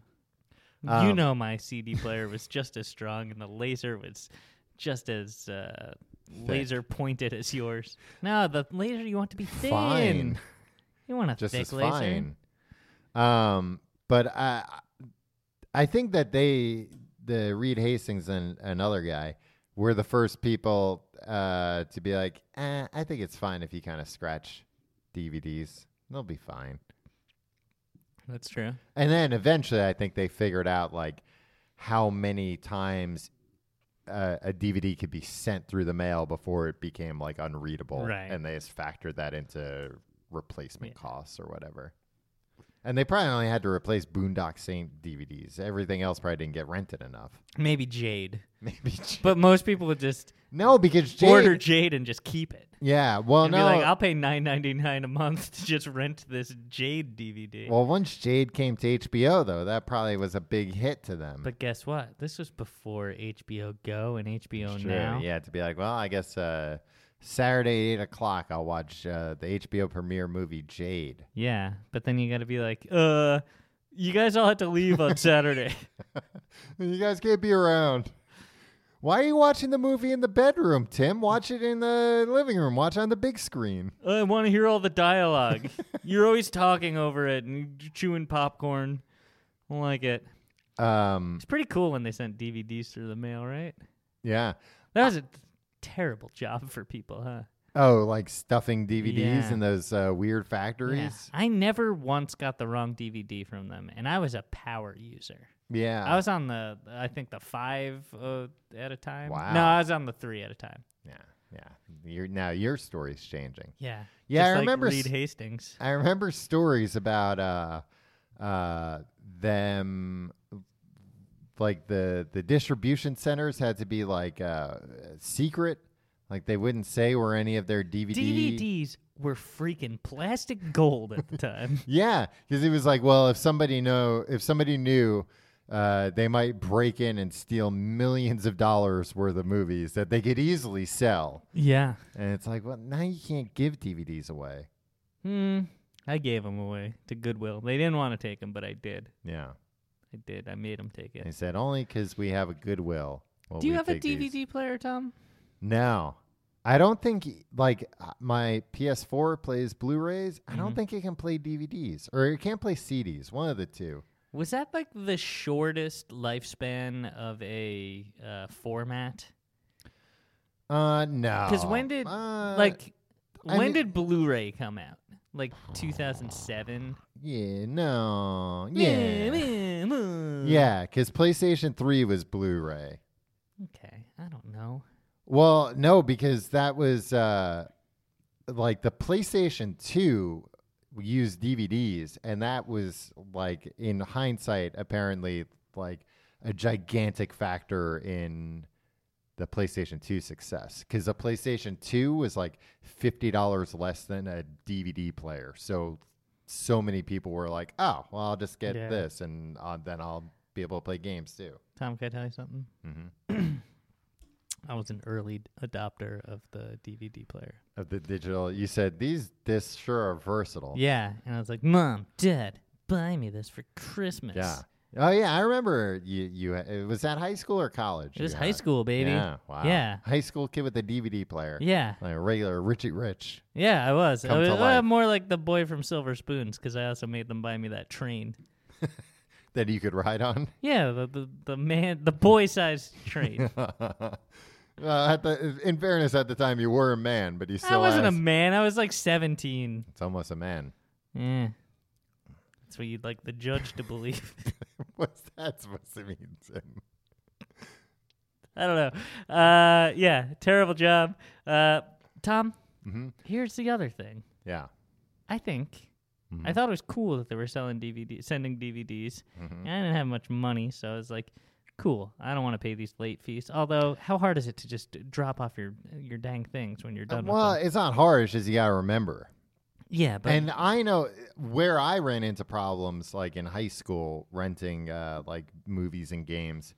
Speaker 2: you
Speaker 1: Um,
Speaker 2: know my CD player was just as strong, and the laser was just as uh, laser pointed as yours. No, the laser you want to be thin.
Speaker 1: Fine.
Speaker 2: You want a
Speaker 1: just
Speaker 2: thick
Speaker 1: as
Speaker 2: laser.
Speaker 1: fine. Um, but I, I think that they, the Reed Hastings and another guy, were the first people uh, to be like, eh, I think it's fine if you kind of scratch DVDs. They'll be fine.
Speaker 2: That's true.
Speaker 1: And then eventually, I think they figured out like how many times uh, a DVD could be sent through the mail before it became like unreadable,
Speaker 2: Right.
Speaker 1: and they just factored that into replacement costs or whatever. And they probably only had to replace Boondock Saint DVDs. Everything else probably didn't get rented enough.
Speaker 2: Maybe jade,
Speaker 1: Maybe
Speaker 2: but most people would just
Speaker 1: no, because Jade.
Speaker 2: order jade and just keep it.
Speaker 1: yeah, well,
Speaker 2: and
Speaker 1: no.
Speaker 2: be like, I'll pay nine ninety nine a month to just rent this Jade DVD.
Speaker 1: well, once Jade came to HBO, though, that probably was a big hit to them.
Speaker 2: but guess what? This was before HBO Go and HBO
Speaker 1: Sure,
Speaker 2: Now.
Speaker 1: Yeah, to be like, well, I guess uh, Saturday at 8 o'clock, I'll watch uh, the HBO premiere movie Jade.
Speaker 2: Yeah, but then you got to be like, uh, you guys all had to leave on Saturday.
Speaker 1: You guys can't be around. Why are you watching the movie in the bedroom, Tim? Watch it in the living room. Watch on the big screen.
Speaker 2: Uh, I want to hear all the dialogue. You're always talking over it and chewing popcorn. I don't like it.
Speaker 1: Um,
Speaker 2: It's pretty cool when they sent DVDs through the mail, right?
Speaker 1: yeah.
Speaker 2: That was a terrible job for people, huh?
Speaker 1: Oh, like stuffing DVDs
Speaker 2: Yeah.
Speaker 1: in those uh, weird
Speaker 2: Yeah.
Speaker 1: factories.
Speaker 2: I never once got the wrong DVD from them, and I was a power user.
Speaker 1: Yeah.
Speaker 2: I was on the, I think the five uh, at a time.
Speaker 1: Wow.
Speaker 2: No, I was on the three at a time.
Speaker 1: yeah. Yeah. You're, now your story's changing.
Speaker 2: Yeah.
Speaker 1: Yeah,
Speaker 2: Just
Speaker 1: I
Speaker 2: like
Speaker 1: remember
Speaker 2: Reed
Speaker 1: s-
Speaker 2: Hastings.
Speaker 1: I remember stories about uh, uh, them, like the the distribution centers had to be like uh, secret, like they wouldn't say where any of their DVD.
Speaker 2: DVDs were freaking plastic gold at the time.
Speaker 1: Yeah, because it was like, well, if somebody know, if somebody knew. Uh, they might break in and steal millions of dollars worth of movies that they could easily sell,
Speaker 2: yeah.
Speaker 1: and it's like, well, now you can't give DVDs away.
Speaker 2: Hmm. I gave them away to Goodwill. They didn't want to take them, but I did.
Speaker 1: Yeah,
Speaker 2: I did. I made them take
Speaker 1: they
Speaker 2: it.
Speaker 1: said only because we have a goodwill. will
Speaker 2: Do you
Speaker 1: we
Speaker 2: have a
Speaker 1: take these."
Speaker 2: DVD player, Tom?
Speaker 1: No. I don't think like uh, my PS4 plays Blu-rays. I
Speaker 2: Mm-hmm.
Speaker 1: don't think it can play DVDs or it can't play CDs. One of the two.
Speaker 2: Was that like the shortest lifespan of a uh, format?
Speaker 1: Uh no.
Speaker 2: Because when did
Speaker 1: Uh,
Speaker 2: like
Speaker 1: I
Speaker 2: when
Speaker 1: mean-
Speaker 2: did Blu-ray come out? Like 2007.
Speaker 1: yeah no yeah
Speaker 2: Yeah.
Speaker 1: yeah because PlayStation 3 was Blu-ray.
Speaker 2: Okay. I don't know.
Speaker 1: Well, no, because that was uh, like the PlayStation 2 used DVDs, and that was like in hindsight, apparently, like a gigantic factor in the PlayStation 2 success because the PlayStation 2 was like $50 less than a DVD player. So, so many people were like, oh, well, I'll just get
Speaker 2: Yeah.
Speaker 1: this, and uh, then I'll be able to play games too.
Speaker 2: Tom, can I tell you something?
Speaker 1: Mm-hmm.
Speaker 2: I was an early d- adopter of the DVD player.
Speaker 1: Of the digital, you said these discs sure are versatile.
Speaker 2: Yeah, and I was like, Mom, Dad, buy me this for Christmas.
Speaker 1: Yeah. Oh yeah, I remember you. You it was that high school or college?
Speaker 2: It was
Speaker 1: you
Speaker 2: high
Speaker 1: had?
Speaker 2: school, baby.
Speaker 1: Yeah. Wow.
Speaker 2: Yeah.
Speaker 1: High school kid with a DVD player.
Speaker 2: Yeah.
Speaker 1: Like a regular Richie Rich.
Speaker 2: Yeah, I was. I
Speaker 1: Come
Speaker 2: was
Speaker 1: to
Speaker 2: uh,
Speaker 1: life.
Speaker 2: more like the boy from Silver Spoons because I also made them buy me that train.
Speaker 1: That you could ride on.
Speaker 2: Yeah, the the, the man, the boy sized train.
Speaker 1: uh, at the, in fairness, at the time you were a man, but you still
Speaker 2: I wasn't a
Speaker 1: asked-
Speaker 2: man. I was like 17.
Speaker 1: It's almost a man.
Speaker 2: Yeah. That's what you'd like the judge to believe.
Speaker 1: What's that supposed to mean, Tim?
Speaker 2: I don't know. Uh, yeah, terrible job. Uh, Tom,
Speaker 1: Mm-hmm.
Speaker 2: here's the other thing.
Speaker 1: Yeah.
Speaker 2: I think
Speaker 1: Mm-hmm.
Speaker 2: I thought it was cool that they were selling DVD, sending DVDs.
Speaker 1: Mm-hmm.
Speaker 2: And I didn't have much money, so I was like, "Cool, I don't want to pay these late fees." Although, how hard is it to just drop off your your dang things when you're done?
Speaker 1: well,
Speaker 2: with them?
Speaker 1: it's not hard. It's just you got to remember.
Speaker 2: yeah, but
Speaker 1: and I know where I ran into problems, like in high school, renting uh, like movies and games,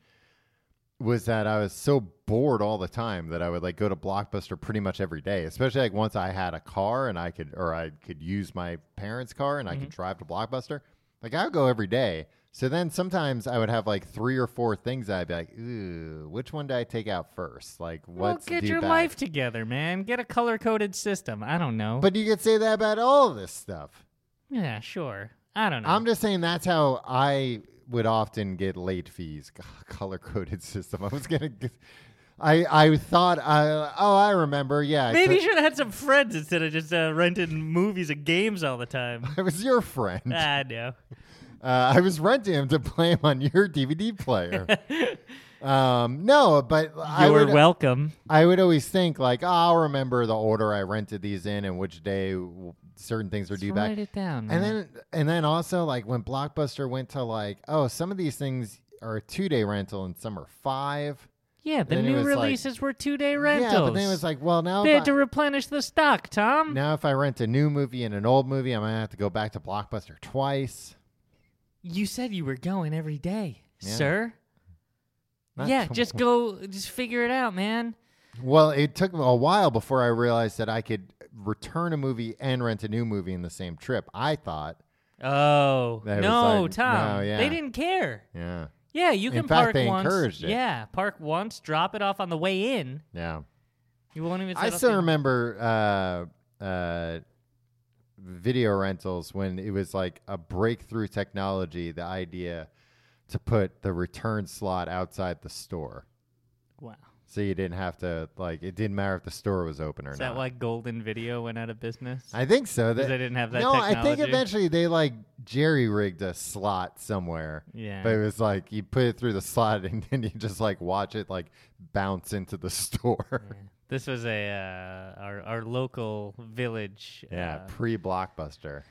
Speaker 1: was that I was so bored all the time that I would like go to Blockbuster pretty much every day. Especially like once I had a car and I could, or I could use my parents' car and I
Speaker 2: Mm-hmm.
Speaker 1: could drive to Blockbuster. Like I would go every day. So then sometimes I would have like three or four things. I'd be like, ooh, which one do I take out first? Like,
Speaker 2: well,
Speaker 1: what's
Speaker 2: get
Speaker 1: due
Speaker 2: your
Speaker 1: back?
Speaker 2: life together, man. Get a color coded system. I don't know,
Speaker 1: But you could say that about all of this stuff.
Speaker 2: yeah, sure. I don't know.
Speaker 1: I'm just saying that's how I would often get late fees. Color coded system. I was gonna. Get, I I thought I oh I remember yeah. I
Speaker 2: Maybe you
Speaker 1: took-
Speaker 2: should have had some friends instead of just uh, renting movies and games all the time.
Speaker 1: I was your friend. Uh,
Speaker 2: I know.
Speaker 1: I was renting him to play him on your DVD player. um, no, but I
Speaker 2: You're
Speaker 1: would uh,
Speaker 2: welcome.
Speaker 1: I would always think like oh, I'll remember the order I rented these in and which day w- certain things were due
Speaker 2: Just
Speaker 1: back.
Speaker 2: write it down.
Speaker 1: And
Speaker 2: man.
Speaker 1: then and then also like when Blockbuster went to like, oh, some of these things are a two day rental and some are five.
Speaker 2: yeah, the
Speaker 1: then it
Speaker 2: new
Speaker 1: was like-
Speaker 2: releases were two day rentals.
Speaker 1: Yeah, but then it was like, well now
Speaker 2: they
Speaker 1: if
Speaker 2: had
Speaker 1: I,
Speaker 2: to replenish the stock, Tom.
Speaker 1: now if I rent a new movie and an old movie, I'm gonna have to go back to Blockbuster twice.
Speaker 2: You said you were going every day,
Speaker 1: Yeah.
Speaker 2: sir.
Speaker 1: Not
Speaker 2: yeah,
Speaker 1: tw-
Speaker 2: just go, just figure it out, man.
Speaker 1: Well, it took a while before I realized that I could return a movie and rent a new movie in the same trip. I thought,
Speaker 2: Oh
Speaker 1: That was
Speaker 2: no,
Speaker 1: like-
Speaker 2: Tom!
Speaker 1: no, yeah.
Speaker 2: They didn't care.
Speaker 1: yeah,
Speaker 2: Yeah, you
Speaker 1: In
Speaker 2: can
Speaker 1: fact,
Speaker 2: park
Speaker 1: they
Speaker 2: once.
Speaker 1: encouraged it.
Speaker 2: Yeah, park once, drop it off on the way in.
Speaker 1: yeah.
Speaker 2: You won't even.
Speaker 1: I
Speaker 2: settle
Speaker 1: still
Speaker 2: for-
Speaker 1: remember uh, uh, video rentals when it was like a breakthrough technology, the idea to put the return slot outside the store.
Speaker 2: Wow.
Speaker 1: So you didn't have to, like, it didn't matter if the store was open or
Speaker 2: Is
Speaker 1: not.
Speaker 2: that why Golden Video went out of business?
Speaker 1: I think so.
Speaker 2: 'Cause
Speaker 1: That-
Speaker 2: they didn't have that
Speaker 1: No, I think
Speaker 2: technology?
Speaker 1: eventually they, like, jerry rigged a slot somewhere.
Speaker 2: Yeah.
Speaker 1: But it was like you put it through the slot and then you just, like, watch it, like, bounce into the store.
Speaker 2: This was a uh, our our local village.
Speaker 1: yeah Pre blockbuster.
Speaker 2: uh,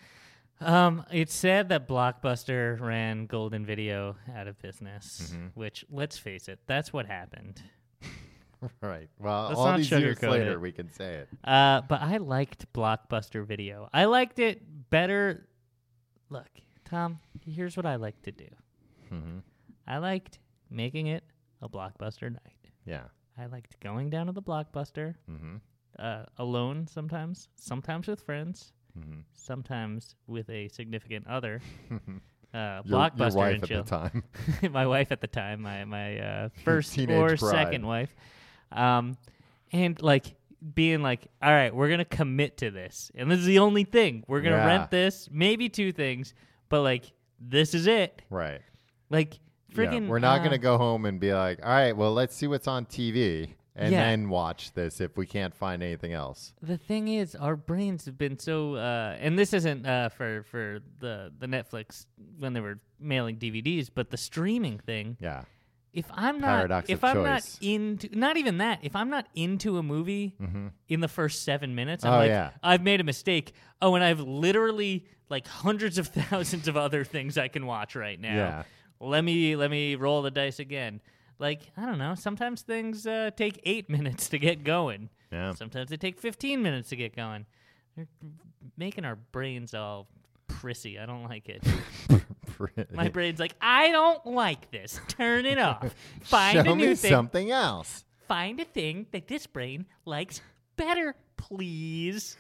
Speaker 2: um, it's said that Blockbuster ran Golden Video out of business,
Speaker 1: Mm-hmm.
Speaker 2: which let's face it, that's what happened.
Speaker 1: Right. Well,
Speaker 2: Let's
Speaker 1: all
Speaker 2: not
Speaker 1: these years
Speaker 2: sugarcoat
Speaker 1: later,
Speaker 2: it.
Speaker 1: we can say it.
Speaker 2: Uh, but I liked Blockbuster Video. I liked it better. Look, Tom, here's what I like to do.
Speaker 1: Mm-hmm.
Speaker 2: I liked making it a Blockbuster night.
Speaker 1: Yeah.
Speaker 2: I liked going down to the Blockbuster
Speaker 1: Mm-hmm.
Speaker 2: uh, alone sometimes, sometimes with friends,
Speaker 1: Mm-hmm.
Speaker 2: sometimes with a significant other. uh,
Speaker 1: Your,
Speaker 2: Blockbuster
Speaker 1: your wife
Speaker 2: and
Speaker 1: at
Speaker 2: chill.
Speaker 1: the time.
Speaker 2: my wife at the time, my my uh, first
Speaker 1: Teenage
Speaker 2: or
Speaker 1: bride.
Speaker 2: second wife, um, and like being like, all right, we're gonna commit to this, and this is the only thing we're gonna
Speaker 1: Yeah.
Speaker 2: rent this, maybe two things, but like this is it,
Speaker 1: right.
Speaker 2: like
Speaker 1: Yeah,
Speaker 2: freaking.
Speaker 1: We're not
Speaker 2: uh,
Speaker 1: going to go home and be like, all right, well, let's see what's on TV and
Speaker 2: Yeah.
Speaker 1: then watch this if we can't find anything else.
Speaker 2: The thing is, our brains have been so, uh, and this isn't uh, for for the the Netflix when they were mailing DVDs, but the streaming thing.
Speaker 1: Yeah.
Speaker 2: if I'm not
Speaker 1: Paradox of
Speaker 2: if I'm not
Speaker 1: choice.
Speaker 2: into not even that if I'm not into a movie in the first seven minutes, I'm
Speaker 1: Mm-hmm. Oh,
Speaker 2: like
Speaker 1: yeah.
Speaker 2: I've made a mistake. Oh, and I've literally like hundreds of thousands of other things I can watch right now.
Speaker 1: Yeah.
Speaker 2: Let me let me roll the dice again. Like I don't know. Sometimes things uh, take eight minutes to get going.
Speaker 1: Yeah.
Speaker 2: Sometimes they take fifteen minutes to get going. They're making our brains all prissy. I don't like it. My brain's like, I don't like this. Turn it off. Find
Speaker 1: Show
Speaker 2: a new
Speaker 1: me
Speaker 2: thing.
Speaker 1: something else.
Speaker 2: Find a thing that this brain likes better, please.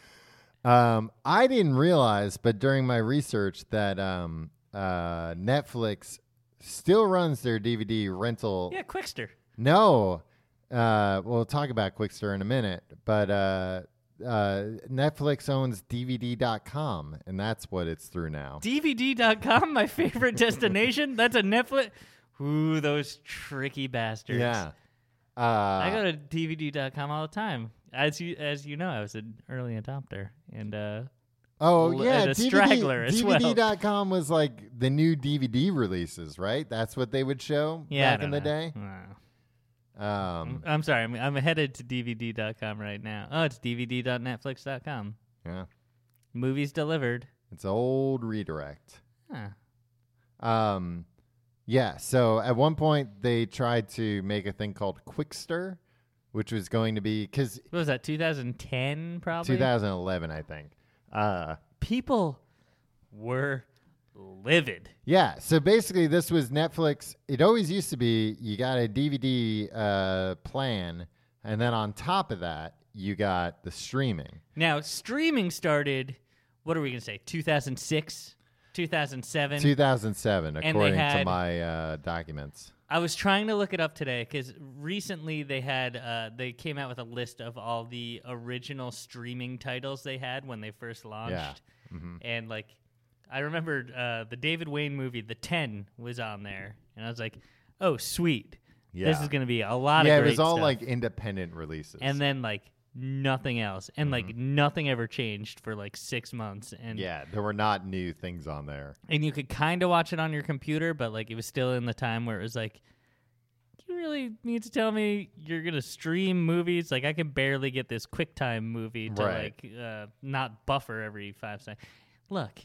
Speaker 1: Um, I didn't realize, but during my research, that um, uh, Netflix still runs their DVD rental
Speaker 2: Yeah, Quickster.
Speaker 1: No. Uh, we'll talk about Quickster in a minute, but uh, uh, Netflix owns DVD.com, and that's what it's through now.
Speaker 2: DVD.com, my favorite destination. That's a Netflix. Ooh, those tricky bastards.
Speaker 1: yeah. Uh,
Speaker 2: I go to DVD.com all the time. As you as you know, I was an early adopter, and uh,
Speaker 1: Oh
Speaker 2: L-
Speaker 1: yeah,
Speaker 2: and a
Speaker 1: DVD,
Speaker 2: straggler as well.
Speaker 1: DVD.com was like the new DVD releases, right? That's what they would show
Speaker 2: Yeah, I
Speaker 1: back in the
Speaker 2: don't know. Hmm. Mm, uh.
Speaker 1: day.
Speaker 2: Wow.
Speaker 1: Um,
Speaker 2: I'm sorry. I'm, I'm headed to DVD.com right now. Oh, it's DVD.netflix.com.
Speaker 1: yeah,
Speaker 2: Movies delivered.
Speaker 1: it's old redirect.
Speaker 2: Huh.
Speaker 1: Um, yeah, so at one point they tried to make a thing called Quickster, which was going to be because
Speaker 2: What was that? 2010, probably.
Speaker 1: 2011, I think. Uh,
Speaker 2: People were livid.
Speaker 1: Yeah, so basically, this was Netflix. It always used to be you got a DVD uh, plan, and then on top of that, you got the streaming.
Speaker 2: Now streaming started. What are we gonna say? 2006, 2007.
Speaker 1: 2007,
Speaker 2: they
Speaker 1: according to
Speaker 2: had-
Speaker 1: my uh, documents.
Speaker 2: I was trying to look it up today because recently they had uh, they came out with a list of all the original streaming titles they had when they first launched,
Speaker 1: Mm-hmm.
Speaker 2: and like I remembered uh, the David Wayne movie The Ten was on there, and I was like, oh sweet, this
Speaker 1: Yeah.
Speaker 2: is gonna be a lot
Speaker 1: yeah,
Speaker 2: of
Speaker 1: it was
Speaker 2: great
Speaker 1: all
Speaker 2: stuff.
Speaker 1: like independent releases.
Speaker 2: and then like nothing else, and like nothing ever changed for like six months, and
Speaker 1: Mm-hmm. yeah, there were not new things on there.
Speaker 2: and you could kind of watch it on your computer, but like it was still in the time where it was like, you really need to tell me you're gonna stream movies. Like I can barely get this QuickTime movie to
Speaker 1: Right.
Speaker 2: like uh, not buffer every five seconds. Look,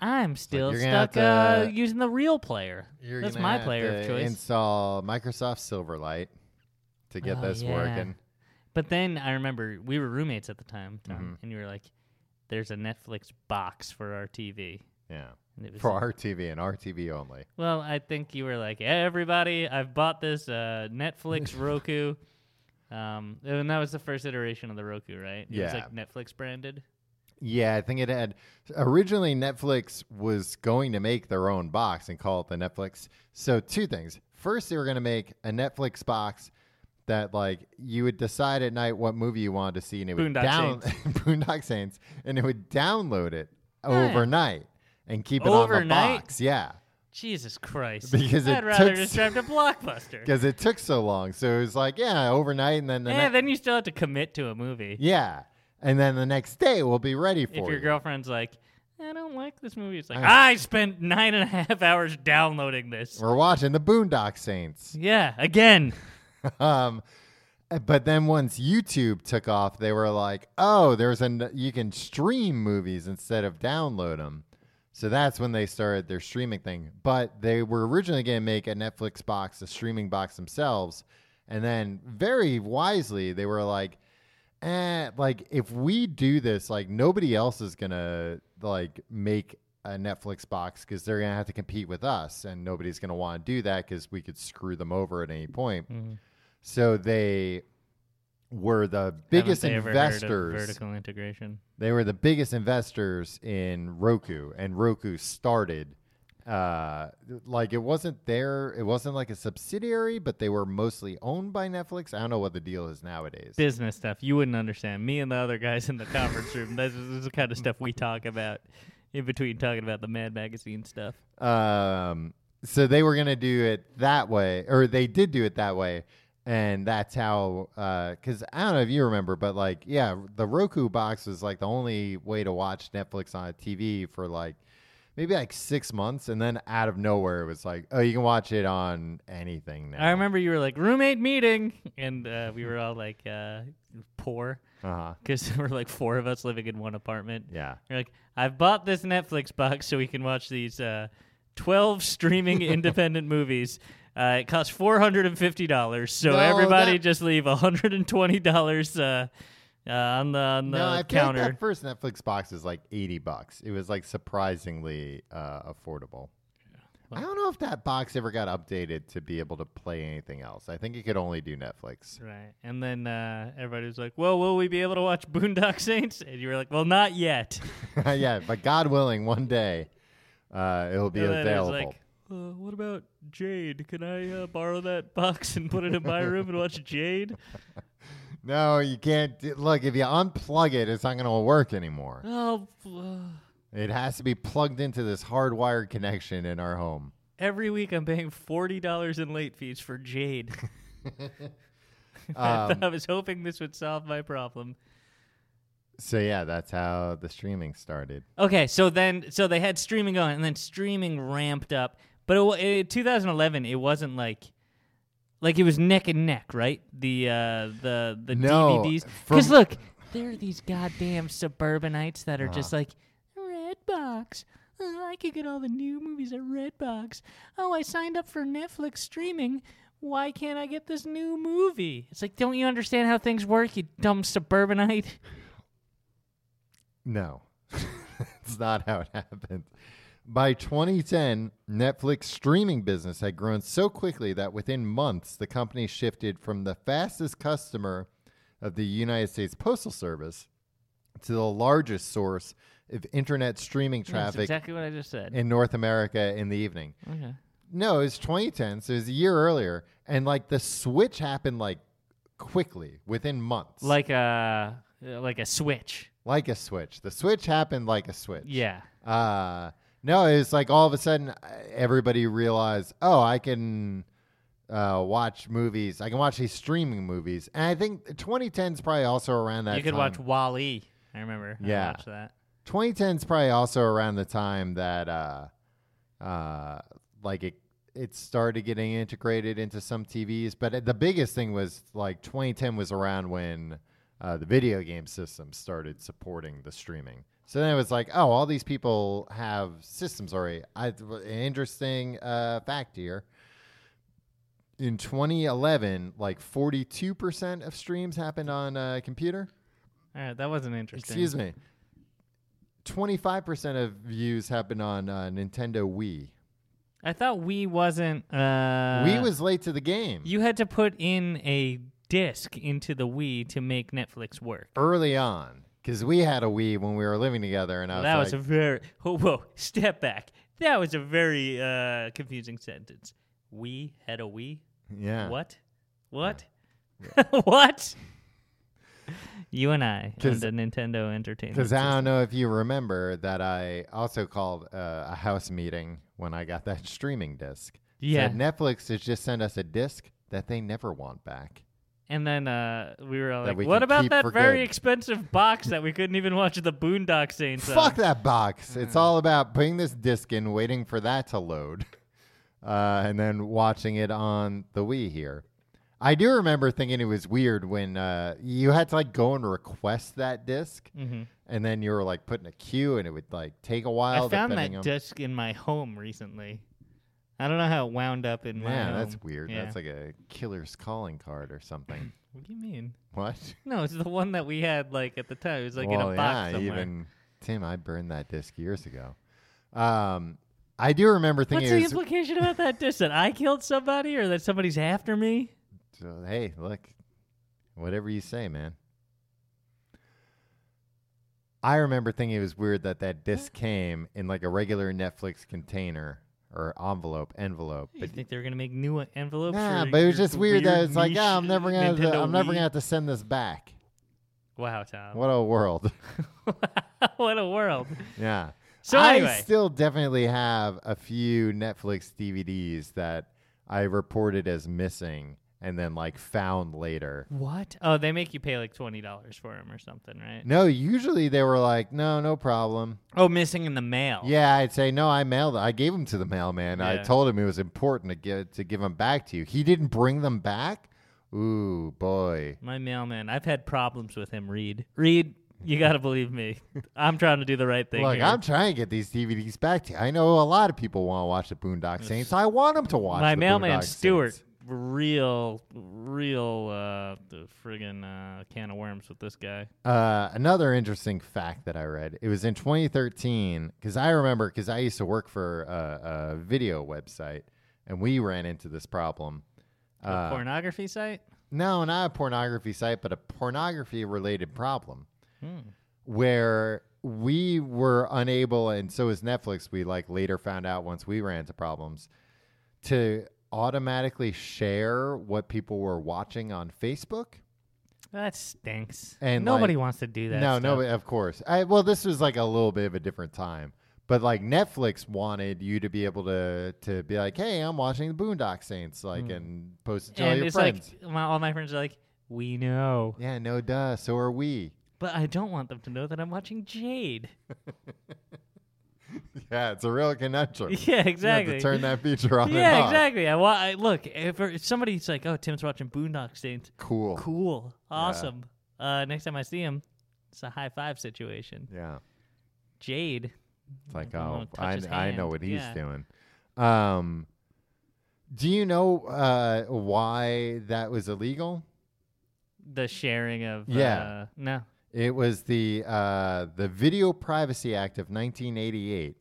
Speaker 2: I'm still
Speaker 1: you're gonna have
Speaker 2: stuck uh,
Speaker 1: to-
Speaker 2: using the real player.
Speaker 1: You're
Speaker 2: That's
Speaker 1: gonna
Speaker 2: my
Speaker 1: have
Speaker 2: player
Speaker 1: to
Speaker 2: of choice.
Speaker 1: Install Microsoft Silverlight to get
Speaker 2: Oh,
Speaker 1: this
Speaker 2: yeah.
Speaker 1: working.
Speaker 2: But then I remember we were roommates at the time, Tom,
Speaker 1: Mm-hmm.
Speaker 2: and you were like, "There's a Netflix box for our TV."
Speaker 1: Yeah,
Speaker 2: And it was
Speaker 1: for
Speaker 2: like-
Speaker 1: RTV and RTV only.
Speaker 2: Well, I think you were like, everybody, I've bought this uh, Netflix Roku. Um, and that was the first iteration of the Roku, right?
Speaker 1: Yeah.
Speaker 2: It was like Netflix branded.
Speaker 1: Yeah, I think it had originally Netflix was going to make their own box and call it the Netflix. So two things. First, they were going to make a Netflix box that like you would decide at night what movie you wanted to see and it would
Speaker 2: Boondock
Speaker 1: down Boondock Saints and it would download it overnight and keep it on the
Speaker 2: Overnight?
Speaker 1: box. Yeah.
Speaker 2: Jesus Christ.
Speaker 1: Because it
Speaker 2: I'd rather
Speaker 1: took
Speaker 2: just
Speaker 1: s-
Speaker 2: drive to Blockbuster.
Speaker 1: Cuz it took so long. So it was like, yeah, overnight and then the
Speaker 2: yeah,
Speaker 1: ne-
Speaker 2: then you still have to commit to a movie.
Speaker 1: Yeah. And then the next day we'll be ready for
Speaker 2: if your
Speaker 1: you.
Speaker 2: girlfriend's like, I don't like this movie, it's like,
Speaker 1: I-
Speaker 2: I spent nine and a half hours downloading this.
Speaker 1: We're watching the Boondock Saints.
Speaker 2: Yeah, again.
Speaker 1: Um, but then once YouTube took off, they were like, "Oh, there's an you can stream movies instead of download them." So that's when they started their streaming thing. But they were originally going to make a Netflix box, a streaming box themselves, and then very wisely they were like, "Eh, like if we do this, like nobody else is gonna like make." A Netflix box because they're gonna have to compete with us, and nobody's gonna want to do that because we could screw them over at any point.
Speaker 2: Mm-hmm.
Speaker 1: So they were the biggest
Speaker 2: Haven't they ever heard of
Speaker 1: investors.
Speaker 2: vertical integration.
Speaker 1: They were the biggest investors in Roku, and Roku started uh like it wasn't their it wasn't like a subsidiary but they were mostly owned by netflix i don't know what the deal is nowadays
Speaker 2: business stuff you wouldn't understand me and the other guys in the conference room this is, this is the kind of stuff we talk about in between talking about the mad magazine stuff
Speaker 1: um so they were gonna do it that way or they did do it that way and that's how uh because i don't know if you remember but like yeah the roku box was like the only way to watch netflix on a tv for like maybe like six months and then out of nowhere it was like oh you can watch it on anything now
Speaker 2: i remember you were like roommate meeting and uh, we were all like uh, poor
Speaker 1: uh-huh
Speaker 2: because there were like four of us living in one apartment
Speaker 1: yeah
Speaker 2: you're like i've bought this netflix box so we can watch these uh, 12 streaming independent movies uh, it costs four hundred and fifty dollars, so
Speaker 1: No,
Speaker 2: everybody
Speaker 1: that-
Speaker 2: just leave hundred and twenty dollars uh, uh, on the on the
Speaker 1: no i feel like
Speaker 2: counter.
Speaker 1: that first netflix box is like 80 bucks it was like surprisingly uh affordable I don't know if that box ever got updated to be able to play anything else. I think it could only do Netflix.
Speaker 2: Right. And then uh, everybody was like, well, will we be able to watch Boondock Saints? And you were like, well, not yet.
Speaker 1: yeah, but God willing, one day uh, it'll be
Speaker 2: and then it was
Speaker 1: available.
Speaker 2: like, uh, what about Jade? Can I uh, borrow that box and put it in my room and watch Jade?
Speaker 1: no, you can't. do- Look, if you unplug it, it's not going to work anymore.
Speaker 2: Oh, uh,
Speaker 1: It has to be plugged into this hardwired connection in our home.
Speaker 2: every week I'm paying $40 in late fees for Jade. I, thought- I was hoping this would solve my problem.
Speaker 1: So yeah, that's how the streaming started.
Speaker 2: Okay, so then so they had streaming going, and then streaming ramped up. But it, wa- eh, 2011, it wasn't like like it was neck and neck, right? The uh, the the
Speaker 1: No,
Speaker 2: DVDs.
Speaker 1: from-
Speaker 2: Because look, there are these goddamn suburbanites that are just
Speaker 1: Uh-huh.
Speaker 2: like Redbox. Oh, I could get all the new movies at Redbox. Oh, I signed up for Netflix streaming. Why can't I get this new movie? It's like, don't you understand how things work, you dumb suburbanite?
Speaker 1: No, it's not how it happened. By 2010, Netflix streaming business had grown so quickly that within months, the company shifted from the fastest customer of the United States Postal Service to the largest source of internet streaming
Speaker 2: That's
Speaker 1: traffic
Speaker 2: exactly what I just said.
Speaker 1: in North America in the evening.
Speaker 2: okay.
Speaker 1: No, it was 2010, so it was a year earlier, and like the switch happened like quickly within months,
Speaker 2: like a uh, like a switch.
Speaker 1: like a switch. The switch happened like a switch.
Speaker 2: Yeah.
Speaker 1: Uh, no, it was like all of a sudden uh, everybody realized, oh, I can uh, watch movies. I can watch these streaming movies. And I think 2010 is probably also around that
Speaker 2: you could
Speaker 1: time.
Speaker 2: watch Wally. I remember.
Speaker 1: Yeah.
Speaker 2: I watched that.
Speaker 1: 2010 is probably also around the time that uh, uh, like it it started getting integrated into some TVs. But uh, the biggest thing was like 2010 was around when uh, the video game system started supporting the streaming. So then it was like, oh, all these people have systems already. I, an interesting uh, fact here. In 2011, like 42% of streams happened on a computer.
Speaker 2: All right, that wasn't interesting.
Speaker 1: Excuse me. Twenty-five percent of views happen on uh, Nintendo Wii.
Speaker 2: I thought we wasn't. Uh,
Speaker 1: Wii was late to the game
Speaker 2: You had to put in a disc into the Wii to make Netflix work.
Speaker 1: early on because we had a Wii when we were living together, and I was
Speaker 2: that
Speaker 1: like,
Speaker 2: was a very whoa, whoa step back. That was a very uh, confusing sentence. We had a Wii.
Speaker 1: yeah,
Speaker 2: What? What? what? You and I and
Speaker 1: 'Cause-
Speaker 2: the Nintendo Entertainment.
Speaker 1: Because I
Speaker 2: System.
Speaker 1: don't know if you remember that I also called uh, a house meeting when I got that streaming disc.
Speaker 2: Yeah.
Speaker 1: Said Netflix has just sent us a disc that they never want back.
Speaker 2: And then uh, we were all
Speaker 1: That
Speaker 2: like,
Speaker 1: we
Speaker 2: "What
Speaker 1: can
Speaker 2: about
Speaker 1: keep
Speaker 2: that
Speaker 1: for
Speaker 2: very
Speaker 1: good."
Speaker 2: expensive box that we couldn't even watch the Boondock Saints?" on?"
Speaker 1: Fuck that box. It's all about putting this disc in, waiting for that to load, uh, and then watching it on the Wii here. I do remember thinking it was weird when uh, you had to like go and request that disk and then you were like put in a queue, and it would like take a while.
Speaker 2: Mm-hmm. I found
Speaker 1: depending
Speaker 2: that
Speaker 1: on-
Speaker 2: disc in my home recently. I don't know how it wound up in my.
Speaker 1: Yeah, that's
Speaker 2: home.
Speaker 1: weird.
Speaker 2: Yeah.
Speaker 1: That's like a killer's calling card or something.
Speaker 2: What do you mean?
Speaker 1: what?
Speaker 2: No, it's the one that we had like at the time. It was like
Speaker 1: well,
Speaker 2: in a box
Speaker 1: yeah,
Speaker 2: somewhere.
Speaker 1: even Tim, I burned that disc years ago. Um, I do remember thinking
Speaker 2: What's
Speaker 1: it
Speaker 2: the
Speaker 1: was
Speaker 2: implication about that disc? That I killed somebody, or that somebody's after me?
Speaker 1: So, hey, look, whatever you say, man. I remember thinking it was weird that that disc came in like a regular Netflix container or envelope, envelope.
Speaker 2: You
Speaker 1: But
Speaker 2: think they were gonna make new envelopes?
Speaker 1: nah,
Speaker 2: for
Speaker 1: but it was
Speaker 2: your
Speaker 1: just weird, that
Speaker 2: weird
Speaker 1: it's like,
Speaker 2: niche
Speaker 1: yeah, I'm never gonna, have to,
Speaker 2: Nintendo Oh.
Speaker 1: I'm never
Speaker 2: Wii?
Speaker 1: gonna have to send this back.
Speaker 2: Wow, Tom.
Speaker 1: What a world.
Speaker 2: what a world.
Speaker 1: yeah.
Speaker 2: So
Speaker 1: I
Speaker 2: anyway.
Speaker 1: still definitely have a few Netflix DVDs that I reported as missing and then like found later.
Speaker 2: What? Oh, they make you pay like twenty dollars for them or something, right?
Speaker 1: No, usually they were like, no, no problem.
Speaker 2: Oh, missing in the mail.
Speaker 1: Yeah, I'd say no. I mailed. I gave them to the mailman. I
Speaker 2: Yeah.
Speaker 1: told him it was important to give to give them back to you. He didn't bring them back. Ooh boy.
Speaker 2: My mailman. I've had problems with him. Reed. Reed, you gotta believe me. I'm trying to do the right thing.
Speaker 1: Look,
Speaker 2: here.
Speaker 1: I'm trying to get these DVDs back to you. I know a lot of people want to watch the Boondock Saints. I want them to watch.
Speaker 2: my
Speaker 1: the
Speaker 2: mailman
Speaker 1: Boondock
Speaker 2: Stewart.
Speaker 1: Saints.
Speaker 2: Real, real, uh, the friggin' uh, can of worms with this guy.
Speaker 1: Uh, another interesting fact that I read. It was in 2013 because I remember because I used to work for a, a video website and we ran into this problem.
Speaker 2: A
Speaker 1: Uh.
Speaker 2: pornography site.
Speaker 1: No, not a pornography site, but a pornography related problem
Speaker 2: Hmm.
Speaker 1: where we were unable, and so is Netflix. We like later found out once we ran into problems to automatically share what people were watching on Facebook.
Speaker 2: That stinks.
Speaker 1: And,
Speaker 2: nobody
Speaker 1: like-
Speaker 2: wants to do that.
Speaker 1: no,
Speaker 2: stuff.
Speaker 1: no, but of course. I, well, this was like a little bit of a different time, but like Netflix wanted you to be able to to be like, "Hey, I'm watching the Boondock Saints," like, and post it to all
Speaker 2: Hmm. and
Speaker 1: your
Speaker 2: it's
Speaker 1: friends.
Speaker 2: like my, all my friends are like, we know.
Speaker 1: yeah, no, duh. So are we.
Speaker 2: But I don't want them to know that I'm watching Jade.
Speaker 1: Yeah, it's a real conundrum.
Speaker 2: Yeah,
Speaker 1: You
Speaker 2: exactly.
Speaker 1: have to turn that feature on and
Speaker 2: yeah,
Speaker 1: off.
Speaker 2: exactly. I, wa- I look if, if somebody's like, "Oh, Tim's watching Boondock Saints."
Speaker 1: Cool.
Speaker 2: Cool, awesome. Uh, next time I see him, it's a high five situation.
Speaker 1: Yeah.
Speaker 2: Jade,
Speaker 1: It's like,
Speaker 2: I'm gonna
Speaker 1: oh,
Speaker 2: touch
Speaker 1: I,
Speaker 2: his
Speaker 1: I know
Speaker 2: hand.
Speaker 1: what he's
Speaker 2: Yeah.
Speaker 1: doing. Um, do you know uh, why that was illegal?
Speaker 2: the sharing of
Speaker 1: Yeah.
Speaker 2: Uh, no,
Speaker 1: It was the uh, the Video Privacy Act of 1988.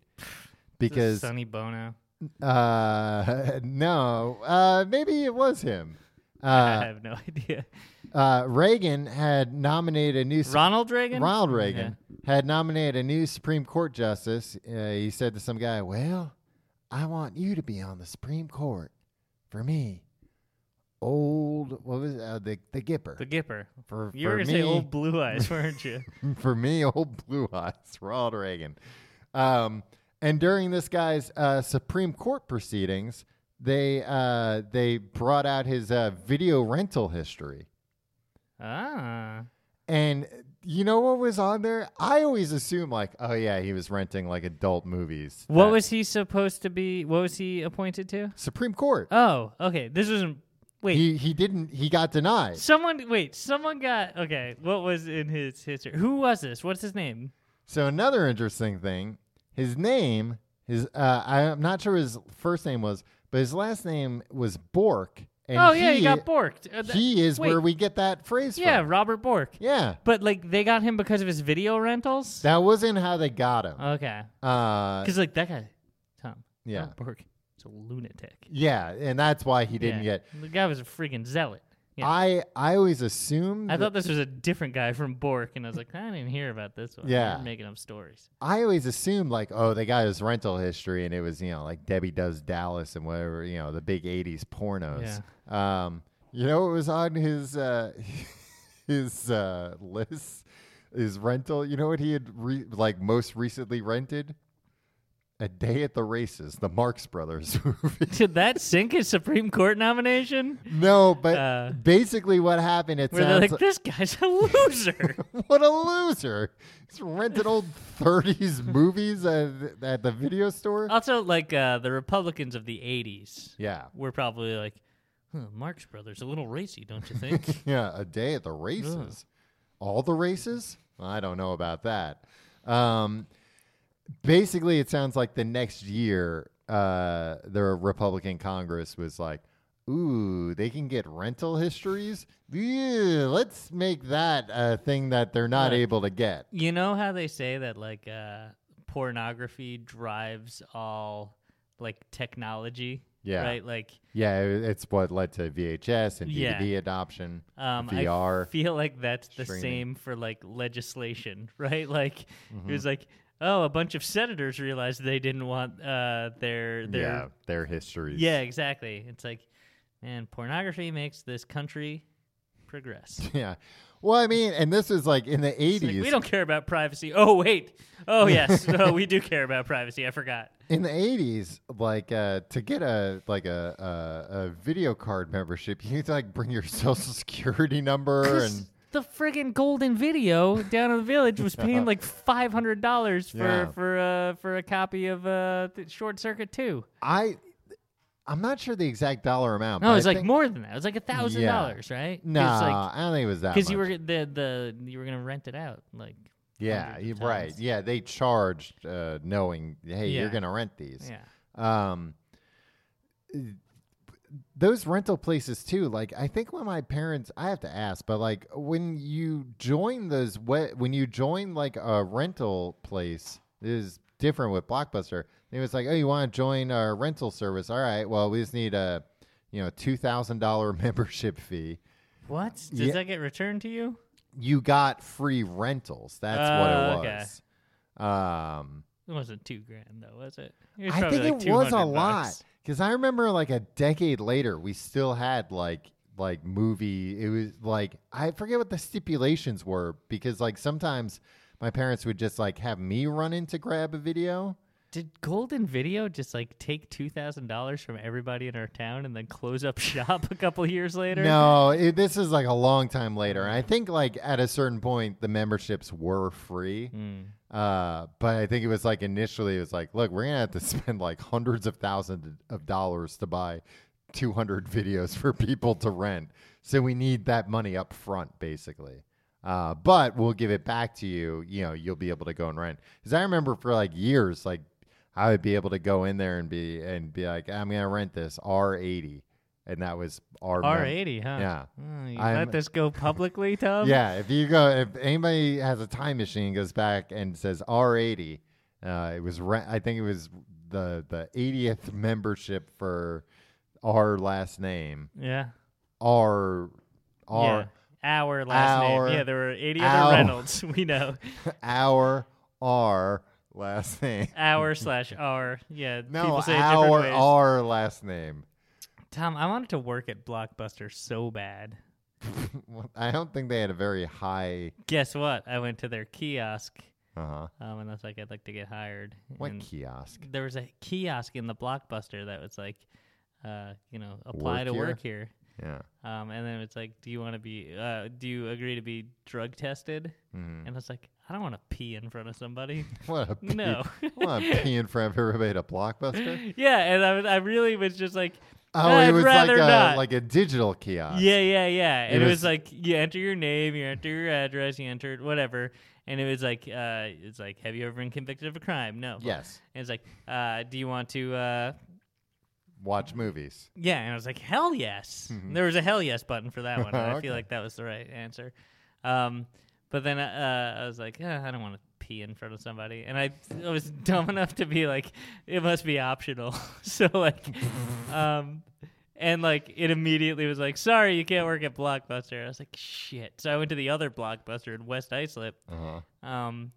Speaker 1: Because
Speaker 2: Sonny Bono.
Speaker 1: uh, no, uh, maybe it was him.
Speaker 2: I
Speaker 1: Uh,
Speaker 2: have no idea.
Speaker 1: uh, Reagan had nominated a new Supreme
Speaker 2: Ronald Reagan.
Speaker 1: Ronald Reagan had nominated a new Supreme Court justice. Uh, he said to some guy, "Well, I want you to be on the Supreme Court for me." Old, what was it? uh, the the Gipper?
Speaker 2: The Gipper.
Speaker 1: for
Speaker 2: You
Speaker 1: for
Speaker 2: were
Speaker 1: me,
Speaker 2: gonna say old blue eyes, weren't you?
Speaker 1: for me, old blue eyes, Ronald Reagan. Um, and during this guy's uh, Supreme Court proceedings, they uh, they brought out his uh, video rental history.
Speaker 2: ah,
Speaker 1: And you know what was on there? I always assume like, oh yeah, he was renting like adult movies.
Speaker 2: what
Speaker 1: That-
Speaker 2: was he supposed to be? What was he appointed to?
Speaker 1: Supreme Court?
Speaker 2: Oh, okay. This wasn't. Wait,
Speaker 1: He he didn't. He got denied.
Speaker 2: Someone wait, someone got okay, what was in his history? Who was this? What's his name?
Speaker 1: So another interesting thing, his name, his uh, I'm not sure his first name was, but his last name was Bork. And
Speaker 2: oh yeah, he
Speaker 1: he
Speaker 2: got borked. Uh, th-
Speaker 1: He is
Speaker 2: wait,
Speaker 1: where we get that phrase
Speaker 2: Yeah,
Speaker 1: from.
Speaker 2: Robert Bork.
Speaker 1: Yeah.
Speaker 2: But like they got him because of his video rentals?
Speaker 1: That wasn't how they got him.
Speaker 2: okay.
Speaker 1: Uh,
Speaker 2: Cuz like that guy Tom.
Speaker 1: Yeah.
Speaker 2: Tom Bork is a lunatic.
Speaker 1: yeah, and that's why he didn't
Speaker 2: Yeah.
Speaker 1: get.
Speaker 2: The guy was a freaking zealot. Yeah.
Speaker 1: I I always assumed
Speaker 2: I
Speaker 1: that-
Speaker 2: thought this was a different guy from Bork, and I was like, I didn't hear about this one.
Speaker 1: Yeah.
Speaker 2: They're making up stories.
Speaker 1: I always assumed like, oh, they got his rental history, and it was you know like Debbie Does Dallas and whatever you know the big '80s pornos. Um, you know what was on his uh, his uh, list, his rental. You know what he had re- like most recently rented? A Day at the Races, the Marx Brothers movie.
Speaker 2: Did that sink his Supreme Court nomination?
Speaker 1: no, but
Speaker 2: Uh,
Speaker 1: basically what happened? It
Speaker 2: Where they're
Speaker 1: sounds
Speaker 2: like, this guy's a loser.
Speaker 1: What a loser! He's rented old '30s movies at, at the video store.
Speaker 2: Also, like uh, the Republicans of the '80s,
Speaker 1: yeah.
Speaker 2: were probably like, huh, "Marx Brothers, a little racy, don't you think?"
Speaker 1: yeah, a day at the races. All the races? I don't know about that. Um, basically, it sounds like the next year, uh, the Republican Congress was like, "Ooh, they can get rental histories. Ew, let's make that a thing that they're not
Speaker 2: Right.
Speaker 1: able to get."
Speaker 2: you know how they say that like uh, pornography drives all like technology,
Speaker 1: Yeah.
Speaker 2: right? Like,
Speaker 1: Yeah, it- it's what led to VHS and
Speaker 2: Yeah.
Speaker 1: DVD adoption,
Speaker 2: um, I
Speaker 1: VR.
Speaker 2: feel like that's the
Speaker 1: streaming.
Speaker 2: same for like legislation, right? Like, it
Speaker 1: Mm-hmm.
Speaker 2: was like. Oh, a bunch of senators realized they didn't want uh, their their
Speaker 1: yeah, their histories.
Speaker 2: yeah exactly. It's like, man, pornography makes this country progress.
Speaker 1: yeah. Well, I mean, and this is like in the
Speaker 2: It's like,
Speaker 1: eighties.
Speaker 2: we don't care about privacy. Oh wait. Oh yes. no, we do care about privacy. I forgot.
Speaker 1: in the eighties, like uh, to get a like a, a a video card membership, you need to like bring your social security number and
Speaker 2: The friggin' golden video down in the village was paying like five hundred dollars for
Speaker 1: Yeah.
Speaker 2: for uh, for a copy of uh, th- Short Circuit Two.
Speaker 1: I I'm not sure the exact dollar amount.
Speaker 2: No,
Speaker 1: Uh, but
Speaker 2: it was
Speaker 1: I
Speaker 2: like
Speaker 1: think-
Speaker 2: more than that. It was like a thousand
Speaker 1: Yeah.
Speaker 2: dollars, right?
Speaker 1: No,
Speaker 2: because
Speaker 1: I don't think it was that.
Speaker 2: you were
Speaker 1: much.
Speaker 2: g- the the you were gonna rent it out. Like
Speaker 1: yeah,
Speaker 2: hundreds of
Speaker 1: you- right.
Speaker 2: times.
Speaker 1: Yeah, they charged uh, knowing hey you're
Speaker 2: Yeah.
Speaker 1: gonna rent these.
Speaker 2: yeah,
Speaker 1: Um, those rental places too. Like I think when my parents, I have to ask, but like when you join those, we- when you join like a rental place, this is different with Blockbuster. It was like, oh, you want to join our rental service? All right, well, we just need a, you know, two thousand dollar membership fee.
Speaker 2: what does
Speaker 1: Yeah.
Speaker 2: that get returned to you?
Speaker 1: You got free rentals. That's
Speaker 2: Oh,
Speaker 1: what it
Speaker 2: okay.
Speaker 1: was. Um.
Speaker 2: It wasn't two grand though, was it? It was
Speaker 1: I
Speaker 2: probably,
Speaker 1: think
Speaker 2: like,
Speaker 1: it was a
Speaker 2: 200
Speaker 1: lot
Speaker 2: bucks.
Speaker 1: because I remember like a decade later, we still had like like movie. It was like I forget what the stipulations were because like sometimes my parents would just like have me run in to grab a video,
Speaker 2: Did Golden Video just like take two thousand dollars from everybody in our town and then close up shop a couple years later?
Speaker 1: No, it, this is like a long time later. And I think like at a certain point the memberships were free.
Speaker 2: Hmm.
Speaker 1: Uh, but I think it was like initially it was like, look, we're gonna have to spend like hundreds of thousands of dollars to buy 200 videos for people to rent. So we need that money up front, basically. Uh, but we'll give it back to you. You know, you'll be able to go and rent. Because I remember for like years, like I would be able to go in there and be and be like, I'm gonna rent this R80, and that was our mem-
Speaker 2: R eighty, huh?
Speaker 1: Yeah.
Speaker 2: Oh, you
Speaker 1: I'm-
Speaker 2: let this go publicly, Tom?
Speaker 1: yeah, if you go, if anybody has a time machine, and goes back and says R80, uh, it was re- I think it was the the 80th membership for our last name
Speaker 2: Yeah.
Speaker 1: R
Speaker 2: yeah.
Speaker 1: R
Speaker 2: Our last
Speaker 1: Our-
Speaker 2: name. Yeah, there were eighty
Speaker 1: Our-
Speaker 2: other Reynolds. We know.
Speaker 1: our R last name.
Speaker 2: Our slash R. Yeah.
Speaker 1: No,
Speaker 2: people say it different
Speaker 1: our
Speaker 2: ways.
Speaker 1: our last name.
Speaker 2: Tom, I wanted to work at Blockbuster so bad.
Speaker 1: I don't think they had a very high.
Speaker 2: Guess what? I went to their kiosk,
Speaker 1: Uh huh.
Speaker 2: um, and that's like I'd like to get hired.
Speaker 1: What
Speaker 2: and-
Speaker 1: kiosk?
Speaker 2: there was a kiosk in the blockbuster that was like uh, you know apply
Speaker 1: Work
Speaker 2: to
Speaker 1: here?
Speaker 2: work here
Speaker 1: Yeah.
Speaker 2: um, and then it's like do you want to be uh, do you agree to be drug tested and I was like i don't want to pee in front of somebody
Speaker 1: What a pee,
Speaker 2: No.
Speaker 1: What a pee in front of everybody at a blockbuster.
Speaker 2: yeah and I, was- I really was just like
Speaker 1: Oh,
Speaker 2: "Nah,
Speaker 1: it
Speaker 2: I'd
Speaker 1: was like
Speaker 2: rather
Speaker 1: a
Speaker 2: not.
Speaker 1: like a digital kiosk.
Speaker 2: yeah yeah yeah and it, was,
Speaker 1: was-
Speaker 2: like you enter your name you enter your address you enter whatever and it was like uh, it's like have you ever been convicted of a crime no
Speaker 1: Yes.
Speaker 2: and it's like uh, do you want to uh,
Speaker 1: Watch movies.
Speaker 2: Yeah, and I was like, hell yes. There was a hell yes button for that one. and I
Speaker 1: Okay.
Speaker 2: feel like that was the right answer. Um, but then uh, I was like, "Ah, I don't want to pee in front of somebody. And I, I was dumb enough to be like, it must be optional. so, like, um, and like it immediately was like, sorry, you can't work at Blockbuster. I was like, shit. So I went to the other Blockbuster in West Islip. Um,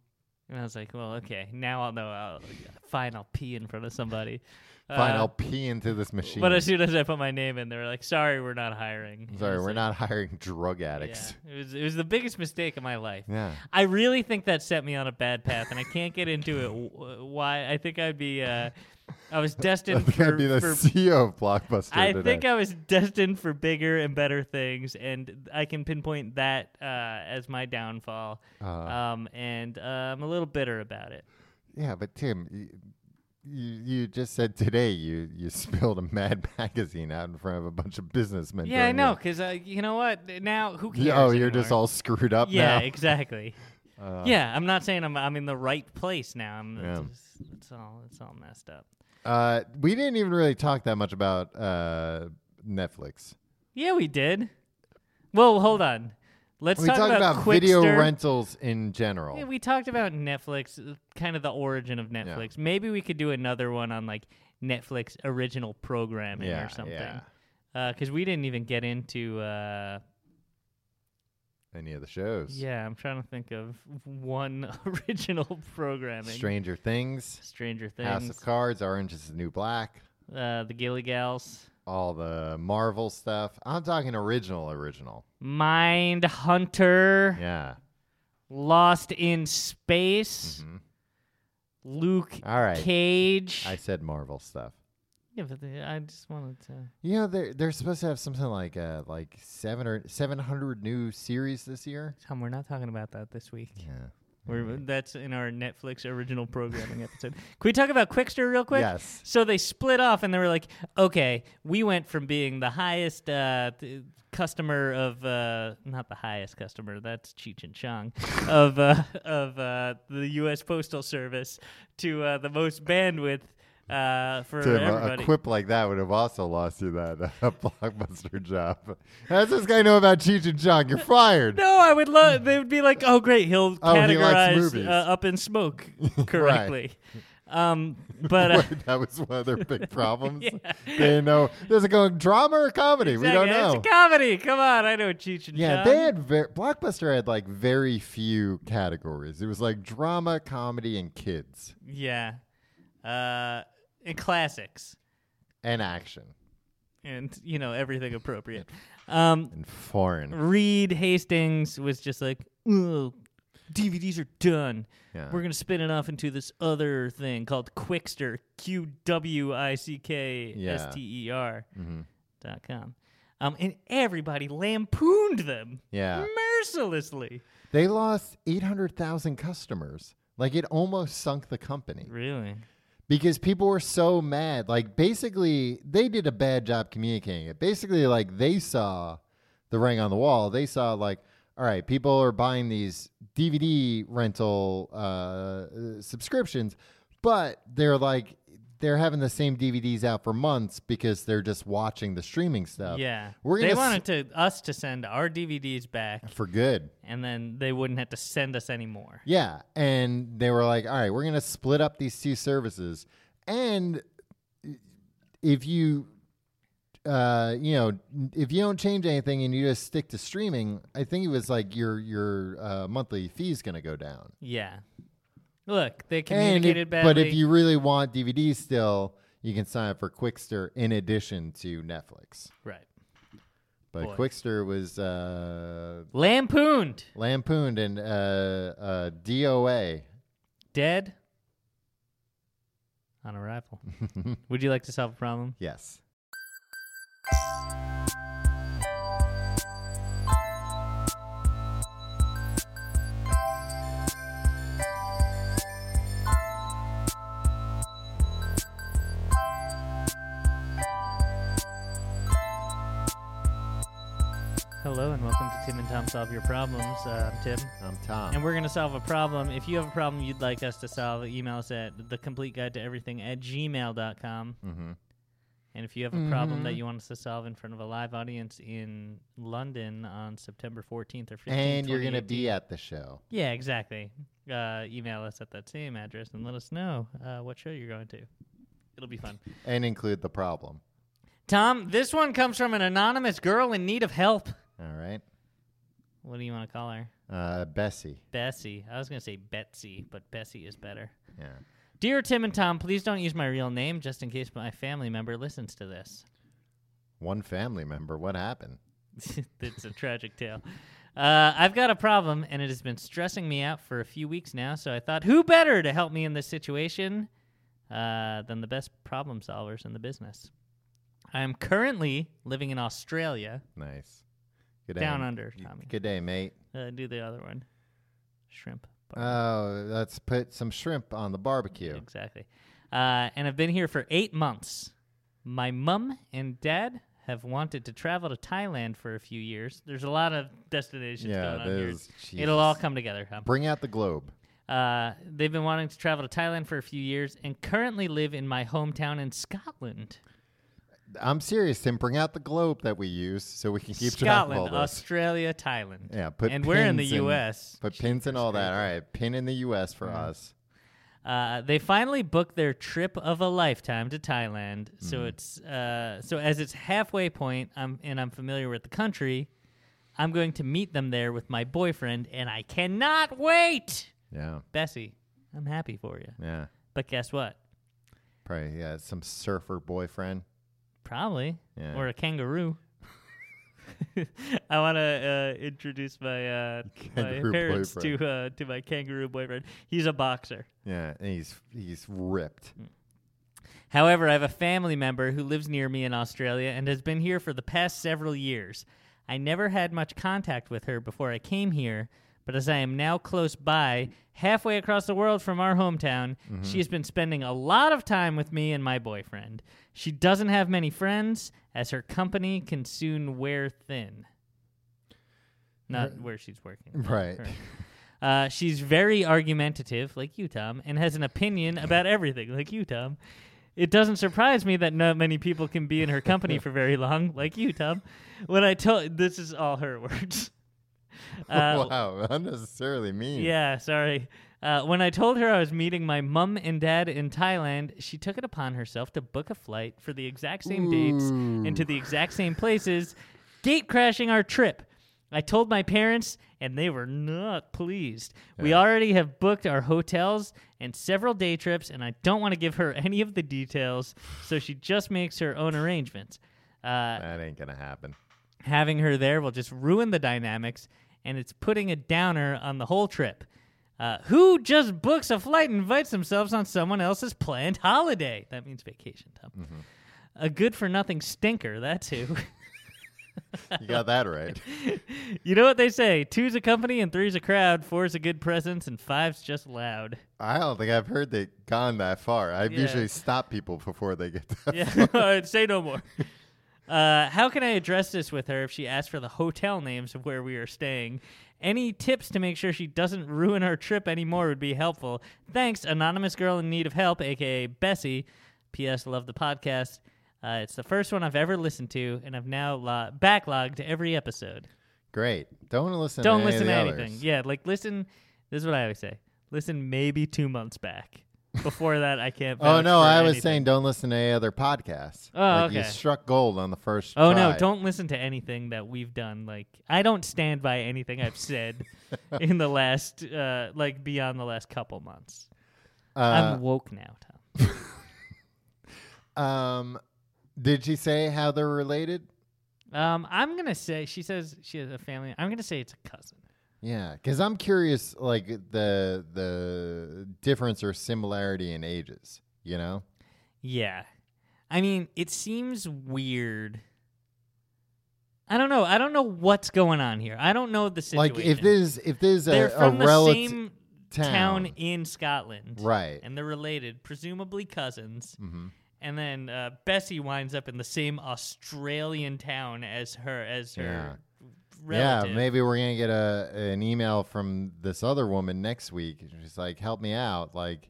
Speaker 2: and I was like, well, okay, now I'll know. I'll, fine, I'll pee in front of somebody.
Speaker 1: Fine,
Speaker 2: Uh,
Speaker 1: I'll pee into this machine.
Speaker 2: but as soon as I put my name in, they were like, "Sorry, we're not hiring." And I
Speaker 1: Sorry,
Speaker 2: was
Speaker 1: we're
Speaker 2: like,
Speaker 1: not hiring drug
Speaker 2: yeah.
Speaker 1: addicts.
Speaker 2: It was it was the biggest mistake of my life.
Speaker 1: Yeah.
Speaker 2: I really think that set me on a bad path, and I can't get into it. w- Why? I think I'd be. Uh, I was destined
Speaker 1: That
Speaker 2: for.
Speaker 1: would be the
Speaker 2: for
Speaker 1: CEO of Blockbuster
Speaker 2: I
Speaker 1: today.
Speaker 2: think I was destined for bigger and better things, and I can pinpoint that uh, as my downfall.
Speaker 1: Uh-huh.
Speaker 2: um, and uh, I'm a little bitter about it.
Speaker 1: yeah, but Tim, you, you you just said today you you spilled a Mad magazine out in front of a bunch of businessmen.
Speaker 2: Yeah, I
Speaker 1: during
Speaker 2: know,
Speaker 1: your-
Speaker 2: because uh, you know what? Now who cares?
Speaker 1: Yeah, oh, you're just
Speaker 2: anymore?
Speaker 1: all screwed up
Speaker 2: Yeah,
Speaker 1: now. Uh,
Speaker 2: exactly. yeah, I'm not saying I'm I'm in the right place now. I'm
Speaker 1: Yeah.
Speaker 2: it's, it's all it's all messed up.
Speaker 1: Uh, we didn't even really talk that much about uh, Netflix.
Speaker 2: Yeah, we did. Well, hold on. Let's
Speaker 1: we
Speaker 2: talk
Speaker 1: talked
Speaker 2: about,
Speaker 1: about, video
Speaker 2: Quickster.
Speaker 1: rentals in general.
Speaker 2: Yeah, we talked about Netflix, uh, kind of the origin of Netflix. Maybe we could do another one on like Netflix original programming
Speaker 1: Yeah,
Speaker 2: or something.
Speaker 1: yeah.
Speaker 2: Because we didn't even get into. Uh,
Speaker 1: Any of the shows?
Speaker 2: yeah, I'm trying to think of one original programming.
Speaker 1: Stranger Things,
Speaker 2: Stranger
Speaker 1: House
Speaker 2: Things,
Speaker 1: of Cards, Orange Is the New Black.
Speaker 2: uh, the Gilly Gals.
Speaker 1: all the Marvel stuff. I'm talking original, original.
Speaker 2: Mind Hunter,
Speaker 1: Yeah.
Speaker 2: Lost in Space, Luke
Speaker 1: All right.
Speaker 2: Cage.
Speaker 1: Mm-hmm. I said Marvel stuff.
Speaker 2: yeah, but the- I just wanted to.
Speaker 1: You know, they're they're supposed to have something like uh like seven or seven hundred new series this year.
Speaker 2: Tom, we're not talking about that this week.
Speaker 1: Yeah.
Speaker 2: We're, that's in our Netflix original programming episode. Can we talk about Quickster real quick?
Speaker 1: Yes.
Speaker 2: So they split off and they were like, okay, we went from being the highest uh, th- customer of, uh, not the highest customer, that's Cheech and Chong, of, uh, of uh, the U.S. Postal Service to uh, the most bandwidth uh, for
Speaker 1: Tim, a, a
Speaker 2: everybody.
Speaker 1: quip like that would have also lost you that uh, blockbuster job. How does this guy know about Cheech and Chong? You're fired.
Speaker 2: no, I would love. They would be like, "Oh, great, he'll
Speaker 1: Oh, he likes
Speaker 2: categorize
Speaker 1: movies.
Speaker 2: uh, Up in Smoke correctly." um, but uh,
Speaker 1: That was one of their big problems. They didn't know. Does it go drama or comedy? We
Speaker 2: Exactly.
Speaker 1: don't know.
Speaker 2: It's a comedy. Come on, I know Cheech and
Speaker 1: Yeah,
Speaker 2: Chong.
Speaker 1: they had ver- Blockbuster had like very few categories. It was like drama, comedy, and kids
Speaker 2: yeah, uh, and classics,
Speaker 1: and action
Speaker 2: and you know everything appropriate. Um,
Speaker 1: and foreign.
Speaker 2: Reed Hastings was just like, "Ooh, DVDs are done.
Speaker 1: Yeah.
Speaker 2: We're gonna spin it off into this other thing called Quickster. Q W I C K S T E R
Speaker 1: Mm-hmm.
Speaker 2: dot com. Um, and everybody lampooned them.
Speaker 1: Yeah.
Speaker 2: Mercilessly.
Speaker 1: They lost 800,000 customers. Like it almost sunk the company
Speaker 2: Really?
Speaker 1: because people were so mad. Like basically, they did a bad job communicating it. Basically, like they saw the ring on the wall. They saw like, all right, people are buying these DVD rental uh, uh, subscriptions, but they're like they're having the same DVDs out for months because they're just watching the streaming stuff.
Speaker 2: Yeah.
Speaker 1: we're gonna
Speaker 2: they
Speaker 1: s-
Speaker 2: wanted to us to send our DVDs back,
Speaker 1: for good.
Speaker 2: and then they wouldn't have to send us anymore.
Speaker 1: Yeah, and they were like, "All right, we're going to split up these two services." And if you uh, you know, if you don't change anything and you just stick to streaming, I think it was like your your uh, monthly fee's going to go down.
Speaker 2: Yeah. Look, they
Speaker 1: And
Speaker 2: communicated
Speaker 1: if-
Speaker 2: badly.
Speaker 1: but if you really want DVDs still, you can sign up for Quickster in addition to Netflix.
Speaker 2: right
Speaker 1: But
Speaker 2: Boy.
Speaker 1: Quickster was uh,
Speaker 2: lampooned,
Speaker 1: lampooned and uh, uh, DOA.
Speaker 2: dead on arrival. Would you like to solve a problem?
Speaker 1: Yes.
Speaker 2: Hello and welcome to Tim and Tom Solve Your Problems. Uh, I'm Tim.
Speaker 1: I'm Tom.
Speaker 2: And we're going to solve a problem. If you have a problem you'd like us to solve, email us at the complete guide to everything at gmail.com. Mm-hmm. And if you have a problem
Speaker 1: Mm-hmm.
Speaker 2: that you want us to solve in front of a live audience in London on September 14th or 15th,
Speaker 1: and you're going to
Speaker 2: 2018,
Speaker 1: be at the show.
Speaker 2: Yeah, exactly. Uh, email us at that same address and let us know uh, what show you're going to. It'll be fun.
Speaker 1: and include the problem.
Speaker 2: Tom, this one comes from an anonymous girl in need of help.
Speaker 1: All right.
Speaker 2: What do you want to call her?
Speaker 1: Uh, Bessie.
Speaker 2: Bessie. I was going to say Betsy, but Bessie is better.
Speaker 1: Yeah.
Speaker 2: Dear Tim and Tom, please don't use my real name just in case my family member listens to this.
Speaker 1: One family member. What happened?
Speaker 2: it's a tragic tale. Uh, I've got a problem, and it has been stressing me out for a few weeks now. So I thought, who better to help me in this situation uh, than the best problem solvers in the business? I am currently living in Australia.
Speaker 1: Nice. Good
Speaker 2: Down
Speaker 1: m-
Speaker 2: under, Tommy.
Speaker 1: Good day, mate.
Speaker 2: Uh, do the other one, shrimp.
Speaker 1: Oh, let's put some shrimp on the barbecue.
Speaker 2: Exactly. Uh, and I've been here for eight months. My mum and dad have wanted to travel to Thailand for a few years. There's a lot of destinations
Speaker 1: Yeah,
Speaker 2: going on here.
Speaker 1: there's-
Speaker 2: It'll all
Speaker 1: Jesus.
Speaker 2: come together. Tom.
Speaker 1: Bring out the globe.
Speaker 2: Uh, they've been wanting to travel to Thailand for a few years and currently live in my hometown in Scotland.
Speaker 1: I'm serious, Tim. Bring out the globe that we use so we can keep track of
Speaker 2: Scotland,
Speaker 1: all this.
Speaker 2: Australia, Thailand.
Speaker 1: yeah, put
Speaker 2: and we're in the
Speaker 1: pins in-
Speaker 2: U.S.
Speaker 1: Put pins in all that. All right, pin in the U.S. for us.
Speaker 2: Uh, they finally booked their trip of a lifetime to Thailand.
Speaker 1: Mm.
Speaker 2: So it's uh, so as it's halfway point, I'm and I'm familiar with the country. I'm going to meet them there with my boyfriend, and I cannot wait.
Speaker 1: Yeah,
Speaker 2: Bessie, I'm happy for you,
Speaker 1: yeah.
Speaker 2: but guess what?
Speaker 1: Probably yeah, some surfer boyfriend.
Speaker 2: Probably.
Speaker 1: Yeah.
Speaker 2: Or a kangaroo. I want to uh, introduce my, uh, my
Speaker 1: Kangaroo
Speaker 2: parents
Speaker 1: boyfriend.
Speaker 2: to uh, to my kangaroo boyfriend. He's a boxer.
Speaker 1: Yeah, and he's he's ripped.
Speaker 2: However, I have a family member who lives near me in Australia and has been here for the past several years. I never had much contact with her before I came here, but as I am now close by, halfway across the world from our hometown, she has been spending a lot of time with me and my boyfriend. She doesn't have many friends, as her company can soon wear thin. Not where she's working. but
Speaker 1: Right.
Speaker 2: her. Uh, she's very argumentative, like you, Tom, and has an opinion about everything, like you, Tom. It doesn't surprise me that not many people can be in her company for very long, like you, Tom. When I told this is all her words. Uh,
Speaker 1: wow, unnecessarily mean.
Speaker 2: yeah, sorry. Uh, when I told her I was meeting my mum and dad in Thailand, she took it upon herself to book a flight for the exact same dates and to the exact same places, gate crashing our trip. I told my parents, and they were not pleased. We already have booked our hotels and several day trips, and I don't want to give her any of the details, so she just makes her own arrangements. Uh,
Speaker 1: that ain't gonna happen.
Speaker 2: having her there will just ruin the dynamics and it's putting a downer on the whole trip. Uh, who just books a flight and invites themselves on someone else's planned holiday? That means vacation, Tom. A good for nothing stinker, that too.
Speaker 1: You got that right.
Speaker 2: you know what they say two's a company and three's a crowd, four's a good presence, and five's just loud.
Speaker 1: I don't think I've heard that gone that far. I
Speaker 2: Yeah.
Speaker 1: usually stop people before they get that.
Speaker 2: Yeah, all right, say no more. Uh, how can I address this with her if she asks for the hotel names of where we are staying? Any tips to make sure she doesn't ruin our trip anymore would be helpful. Thanks, anonymous girl in need of help, aka Bessie. P.S. Love the podcast. Uh, it's the first one I've ever listened to, and I've now lo- backlogged every episode.
Speaker 1: Great. Don't listen.
Speaker 2: Don't
Speaker 1: to
Speaker 2: listen to
Speaker 1: any of the
Speaker 2: anything.
Speaker 1: others.
Speaker 2: Yeah, like listen. This is what I always say. Listen, maybe two months back. Before that, I can't.
Speaker 1: Oh
Speaker 2: vouch
Speaker 1: no,
Speaker 2: for
Speaker 1: I was
Speaker 2: anything.
Speaker 1: saying don't listen to any other podcasts.
Speaker 2: Oh,
Speaker 1: like You
Speaker 2: okay.
Speaker 1: struck gold on the first.
Speaker 2: Oh no,
Speaker 1: try.
Speaker 2: don't listen to anything that we've done. Like I don't stand by anything I've said in the last uh like beyond the last couple months.
Speaker 1: Uh,
Speaker 2: I'm woke now, Tom.
Speaker 1: um, did she say how they're related?
Speaker 2: Um I'm going to say she says she has a family. I'm going to say it's a cousin.
Speaker 1: Yeah, because I'm curious, like the the difference or similarity in ages. You know,
Speaker 2: Yeah. I mean, it seems weird. I don't know. I don't know what's going on here. I don't know the situation.
Speaker 1: like if this if this
Speaker 2: they're
Speaker 1: a, a
Speaker 2: from the
Speaker 1: relative,
Speaker 2: same
Speaker 1: town.
Speaker 2: in Scotland.
Speaker 1: Right. Mm-hmm.
Speaker 2: And they're related, presumably cousins. And then uh, Bessie winds up in the same Australian town as her as her relative.
Speaker 1: yeah, maybe we're gonna get a an email from this other woman next week. She's like, "Help me out!" Like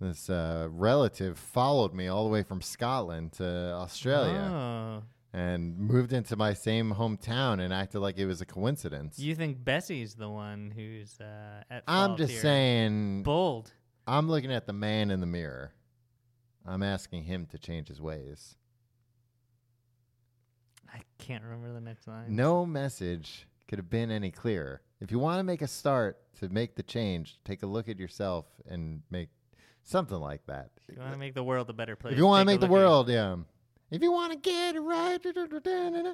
Speaker 1: this uh, relative followed me all the way from Scotland to Australia
Speaker 2: Oh.
Speaker 1: and moved into my same hometown and acted like it was a coincidence.
Speaker 2: You think Bessie's the one who's uh, at
Speaker 1: I'm
Speaker 2: fault
Speaker 1: just saying.
Speaker 2: bold.
Speaker 1: I'm looking at the man in the mirror. I'm asking him to change his ways.
Speaker 2: I can't remember the next line.
Speaker 1: No message could have been any clearer. If you want to make a start to make the change, take a look at yourself and make something like that.
Speaker 2: If you want to make the world a better place.
Speaker 1: If you want to
Speaker 2: take
Speaker 1: make
Speaker 2: a
Speaker 1: the
Speaker 2: look at-
Speaker 1: world, yeah. If you want to get it right. da- da- da- da- da- da.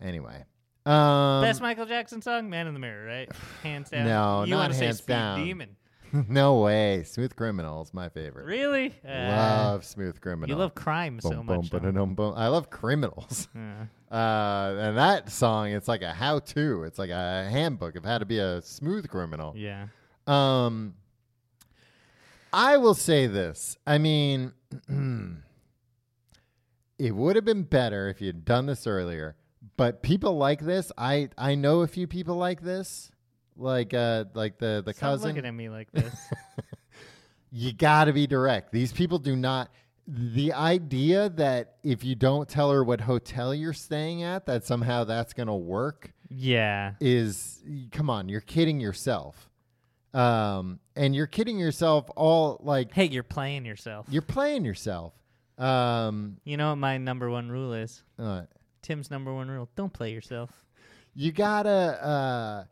Speaker 1: Anyway. Um,
Speaker 2: Best Michael Jackson song, Man in the Mirror, right? Hands down.
Speaker 1: No,
Speaker 2: you
Speaker 1: not
Speaker 2: wanna say
Speaker 1: hands
Speaker 2: Speed
Speaker 1: down.
Speaker 2: Demon.
Speaker 1: no way. Smooth Criminal is my favorite.
Speaker 2: Really? Uh,
Speaker 1: love Smooth Criminal.
Speaker 2: You love crime so
Speaker 1: Boom, boom,
Speaker 2: much. don't you?
Speaker 1: ba-da-dum, boom. I love criminals.
Speaker 2: Yeah.
Speaker 1: Uh, and that song, it's like a how-to. It's like a handbook of how to be a smooth criminal.
Speaker 2: Yeah.
Speaker 1: Um, I will say this. I mean, it would have been better if you'd done this earlier. But people like this, I I know a few people like this, like uh like the the
Speaker 2: Stop
Speaker 1: cousin.
Speaker 2: looking at me like this.
Speaker 1: you got to be direct. These people do not. The idea that if you don't tell her what hotel you're staying at, that somehow that's going to work
Speaker 2: yeah.
Speaker 1: is come on, you're kidding yourself. Um, and you're kidding yourself all like
Speaker 2: Hey, you're playing yourself.
Speaker 1: you're playing yourself. Um,
Speaker 2: You know what my number one rule is?
Speaker 1: uh,
Speaker 2: Tim's number one rule don't play yourself.
Speaker 1: you gotta uh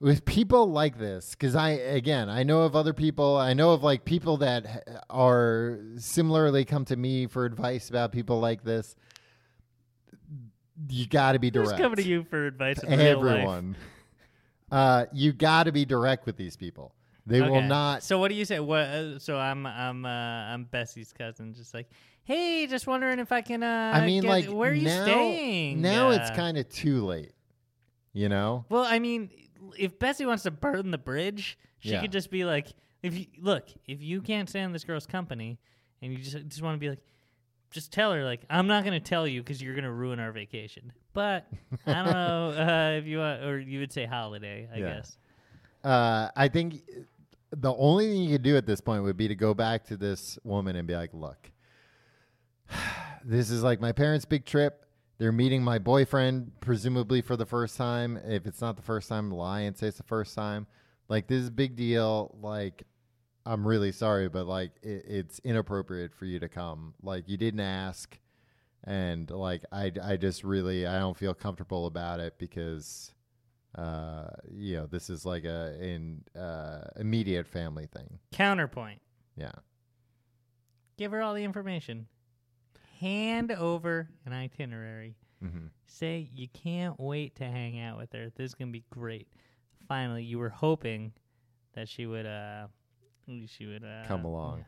Speaker 1: with people like this because i again i know of other people i know of like people that h- are similarly come to me for advice about people like this you gotta be direct
Speaker 2: Who's coming to you for advice? In Real life?
Speaker 1: everyone uh you gotta be direct with these people they will
Speaker 2: Okay.
Speaker 1: not
Speaker 2: So what do you say? What? Uh, so I'm I'm uh, I'm Bessie's cousin. Just like, hey, just wondering if I can. Uh,
Speaker 1: i mean
Speaker 2: get-
Speaker 1: like
Speaker 2: where are you
Speaker 1: now,
Speaker 2: staying?
Speaker 1: now it's
Speaker 2: Uh,
Speaker 1: kind of too late you know
Speaker 2: Well, I mean, if Bessie wants to burn the bridge, she
Speaker 1: Yeah.
Speaker 2: could just be like, "If you look, if you can't stand this girl's company, and you just just want to be like, just tell her like, I'm not gonna tell you because you're gonna ruin our vacation. But I don't know uh, if you want, or you would say holiday, I
Speaker 1: Yeah.
Speaker 2: guess.
Speaker 1: Uh, I think the only thing you could do at this point would be to go back to this woman and be like, look, this is like my parents' big trip. They're meeting my boyfriend, presumably for the first time. If it's not the first time, lie and say it's the first time. Like, this is a big deal. Like, I'm really sorry, but like, it, it's inappropriate for you to come. Like, you didn't ask. And like, I, I just really, I don't feel comfortable about it because uh, you know, this is like a an uh, immediate family thing.
Speaker 2: Counterpoint:
Speaker 1: Yeah,
Speaker 2: Give her all the information, hand over an itinerary.
Speaker 1: Mm-hmm.
Speaker 2: Say you can't wait to hang out with her. This is gonna be great. Finally, you were hoping that she would uh she would uh,
Speaker 1: Come along.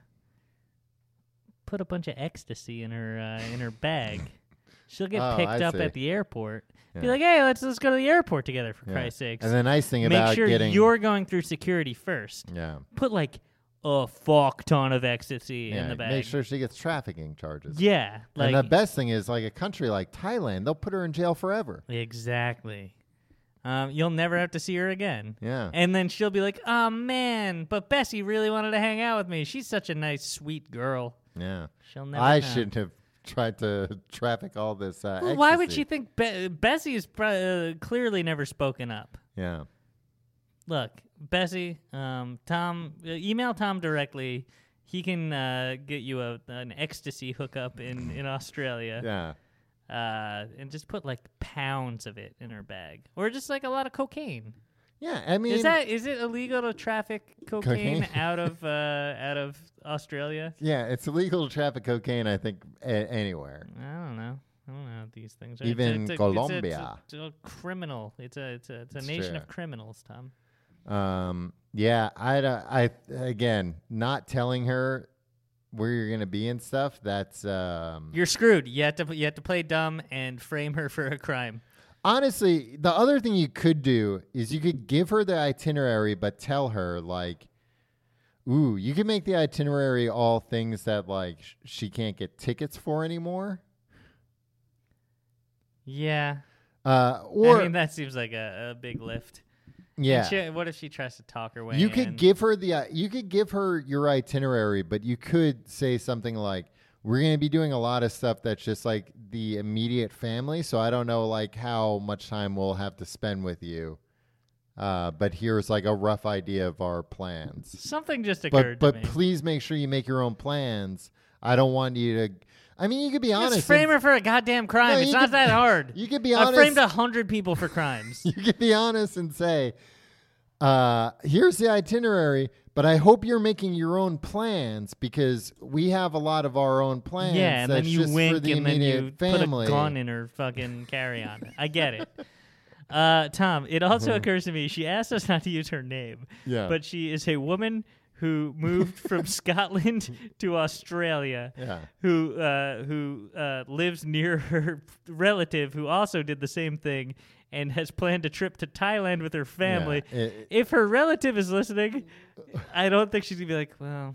Speaker 2: put a bunch of ecstasy in her uh, in her bag. She'll get
Speaker 1: Oh,
Speaker 2: picked
Speaker 1: I
Speaker 2: up
Speaker 1: see.
Speaker 2: at the airport. Be
Speaker 1: Yeah.
Speaker 2: like, hey, let's let's go to the airport together for
Speaker 1: Yeah.
Speaker 2: Christ's sakes.
Speaker 1: And the nice thing
Speaker 2: Make
Speaker 1: about
Speaker 2: sure
Speaker 1: getting
Speaker 2: you're going through security first.
Speaker 1: yeah,
Speaker 2: Put like a fuck ton of ecstasy
Speaker 1: yeah,
Speaker 2: in the bag.
Speaker 1: make sure she gets trafficking charges.
Speaker 2: yeah, like
Speaker 1: and the best thing is, like a country like Thailand, they'll put her in jail forever.
Speaker 2: exactly. Um, you'll never have to see her again.
Speaker 1: Yeah.
Speaker 2: And then she'll be like, "Oh man, but Bessie really wanted to hang out with me. She's such a nice, sweet girl.
Speaker 1: Yeah,
Speaker 2: She'll never."
Speaker 1: I
Speaker 2: know."
Speaker 1: shouldn't have tried to traffic all this. Uh,
Speaker 2: Well, why would
Speaker 1: ecstasy.
Speaker 2: she think Be- Bessie's pro- uh, clearly never spoken up?
Speaker 1: Yeah,
Speaker 2: Look, Bessie, um, Tom, uh, email Tom directly. He can uh, get you a, an ecstasy hookup in in Australia,
Speaker 1: yeah,
Speaker 2: uh, and just put like pounds of it in her bag, or just like a lot of cocaine.
Speaker 1: yeah. I mean,
Speaker 2: is that is it illegal to traffic cocaine,
Speaker 1: Cocaine?
Speaker 2: out of uh, out of Australia?
Speaker 1: yeah, it's illegal to traffic cocaine. I think a- anywhere.
Speaker 2: I don't know. I don't know what these things are.
Speaker 1: Even
Speaker 2: it's a, it's a,
Speaker 1: Colombia.
Speaker 2: It's a, it's a criminal. It's a it's a, it's a
Speaker 1: It's
Speaker 2: nation
Speaker 1: true.
Speaker 2: of criminals, Tom.
Speaker 1: Um, yeah, I, don't- I, again, not telling her where you're gonna be and stuff. That's um,
Speaker 2: You're screwed. You have to you have to play dumb and frame her for a crime.
Speaker 1: honestly the other thing you could do is you could give her the itinerary, but tell her like, ooh, you can make the itinerary all things that like sh- she can't get tickets for anymore.
Speaker 2: Yeah.
Speaker 1: Uh, or
Speaker 2: I mean that seems like a, a big lift. And
Speaker 1: yeah.
Speaker 2: she- what if she tries to talk her way?
Speaker 1: you
Speaker 2: in?
Speaker 1: could give her the uh, you could give her your itinerary but you could say something like we're going to be doing a lot of stuff that's just like the immediate family so i don't know like how much time we'll have to spend with you uh, but here's like a rough idea of our plans
Speaker 2: something just
Speaker 1: but
Speaker 2: occurred
Speaker 1: but
Speaker 2: to me.
Speaker 1: please make sure you make your own plans i don't want you to i mean you could be
Speaker 2: Just
Speaker 1: honest
Speaker 2: frame
Speaker 1: and-
Speaker 2: her for a goddamn crime.
Speaker 1: No,
Speaker 2: it's
Speaker 1: you
Speaker 2: not
Speaker 1: could-
Speaker 2: that hard.
Speaker 1: you could be
Speaker 2: I framed
Speaker 1: honest.
Speaker 2: a hundred people for crimes.
Speaker 1: you can be honest and say, uh, here's the itinerary, but I hope you're making your own plans because we have a lot of our own plans.
Speaker 2: Yeah, and then
Speaker 1: that's
Speaker 2: you
Speaker 1: just for
Speaker 2: wink,
Speaker 1: the
Speaker 2: and then you
Speaker 1: immediate family.
Speaker 2: put a gun in her fucking carry-on. I get it. Uh, Tom, it also occurs to me she asked us not to use her name.
Speaker 1: Uh-huh. Yeah.
Speaker 2: But she is a woman who moved from Scotland to Australia.
Speaker 1: Yeah.
Speaker 2: Who uh, who uh, lives near her relative who also did the same thing and has planned a trip to Thailand with her family.
Speaker 1: it-
Speaker 2: if her relative is listening, I don't think she's gonna be like, well.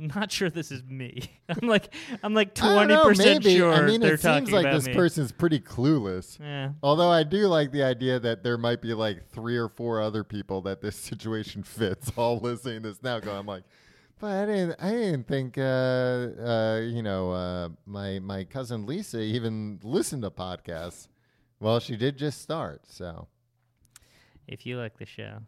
Speaker 2: I'm not sure this is me. I'm like I'm like
Speaker 1: I don't
Speaker 2: twenty
Speaker 1: know,
Speaker 2: percent
Speaker 1: maybe.
Speaker 2: sure
Speaker 1: I mean,
Speaker 2: they're
Speaker 1: it
Speaker 2: talking
Speaker 1: seems like
Speaker 2: about
Speaker 1: this
Speaker 2: me.
Speaker 1: person's pretty clueless.
Speaker 2: Yeah.
Speaker 1: Although I do like the idea that there might be like three or four other people that this situation fits. All listening to this now, going, I'm like, but I didn't, I didn't think, uh, uh, you know, uh, my my cousin Lisa even listened to podcasts. Well, she did just start, so.
Speaker 2: If you like the show,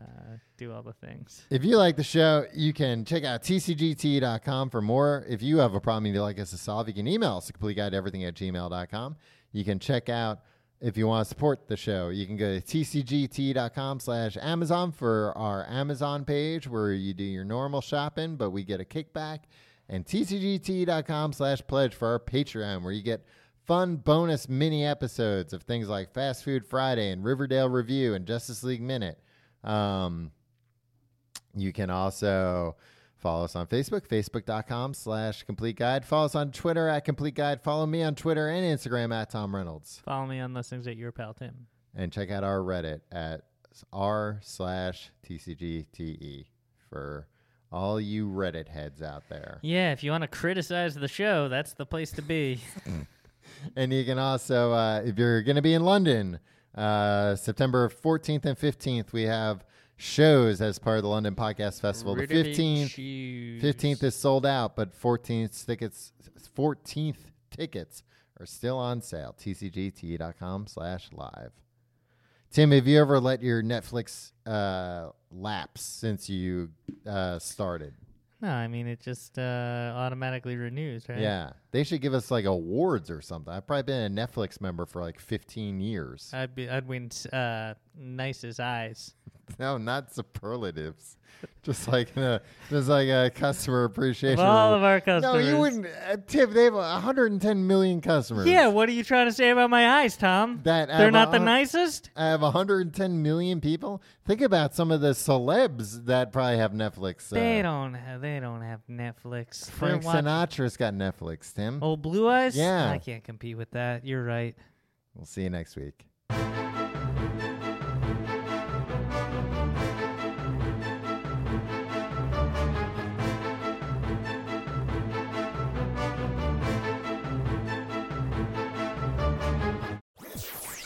Speaker 2: uh, do all the things.
Speaker 1: If you like the show, you can check out tcgt.com for more. If you have a problem you'd like us to solve, you can email us at completeguideeverything at gmail.com. You can check out, if you want to support the show, you can go to tcgt.com slash Amazon for our Amazon page where you do your normal shopping, but we get a kickback. And tcgt.com slash pledge for our Patreon where you get fun bonus mini episodes of things like Fast Food Friday and Riverdale Review and Justice League Minute. Um, you can also follow us on Facebook, facebook.com slash complete guide. Follow us on Twitter at complete guide. Follow me on Twitter and Instagram at Tom Reynolds.
Speaker 2: Follow me on Listings at Your Pal Tim.
Speaker 1: And check out our Reddit at r slash TCGTE E for all you Reddit heads out there.
Speaker 2: Yeah, if you want to criticize the show, that's the place to be.
Speaker 1: And you can also, uh, if you're going to be in London, uh, September 14th and 15th, we have shows as part of the London Podcast Festival. The 15th, Fifteenth is sold out, but fourteenth tickets, fourteenth tickets are still on sale. tcgt.com E slash live. Tim, have you ever let your Netflix uh, lapse since you uh, started?
Speaker 2: No, I mean it just uh, automatically renews, right?
Speaker 1: Yeah, they should give us like awards or something. I've probably been a
Speaker 2: Uh,
Speaker 1: Netflix member for like fifteen years.
Speaker 2: I'd be I'd win uh, nicest eyes.
Speaker 1: no, not superlatives. Just like in a, just like a customer appreciation.
Speaker 2: all of
Speaker 1: award.
Speaker 2: our customers.
Speaker 1: No, you wouldn't. Uh, Tip, they have 110 million customers.
Speaker 2: Yeah, what are you trying to say about my eyes, Tom?
Speaker 1: That
Speaker 2: They're
Speaker 1: I'm
Speaker 2: not the
Speaker 1: on-
Speaker 2: nicest?
Speaker 1: I have 110 million people. Think about some of the celebs that probably have Netflix. Uh,
Speaker 2: They don't have they don't have Netflix. They're
Speaker 1: Frank
Speaker 2: watch-
Speaker 1: Sinatra's got Netflix, Tim.
Speaker 2: Oh, Blue Eyes?
Speaker 1: Yeah.
Speaker 2: I can't compete with that. You're right.
Speaker 1: We'll see you next week.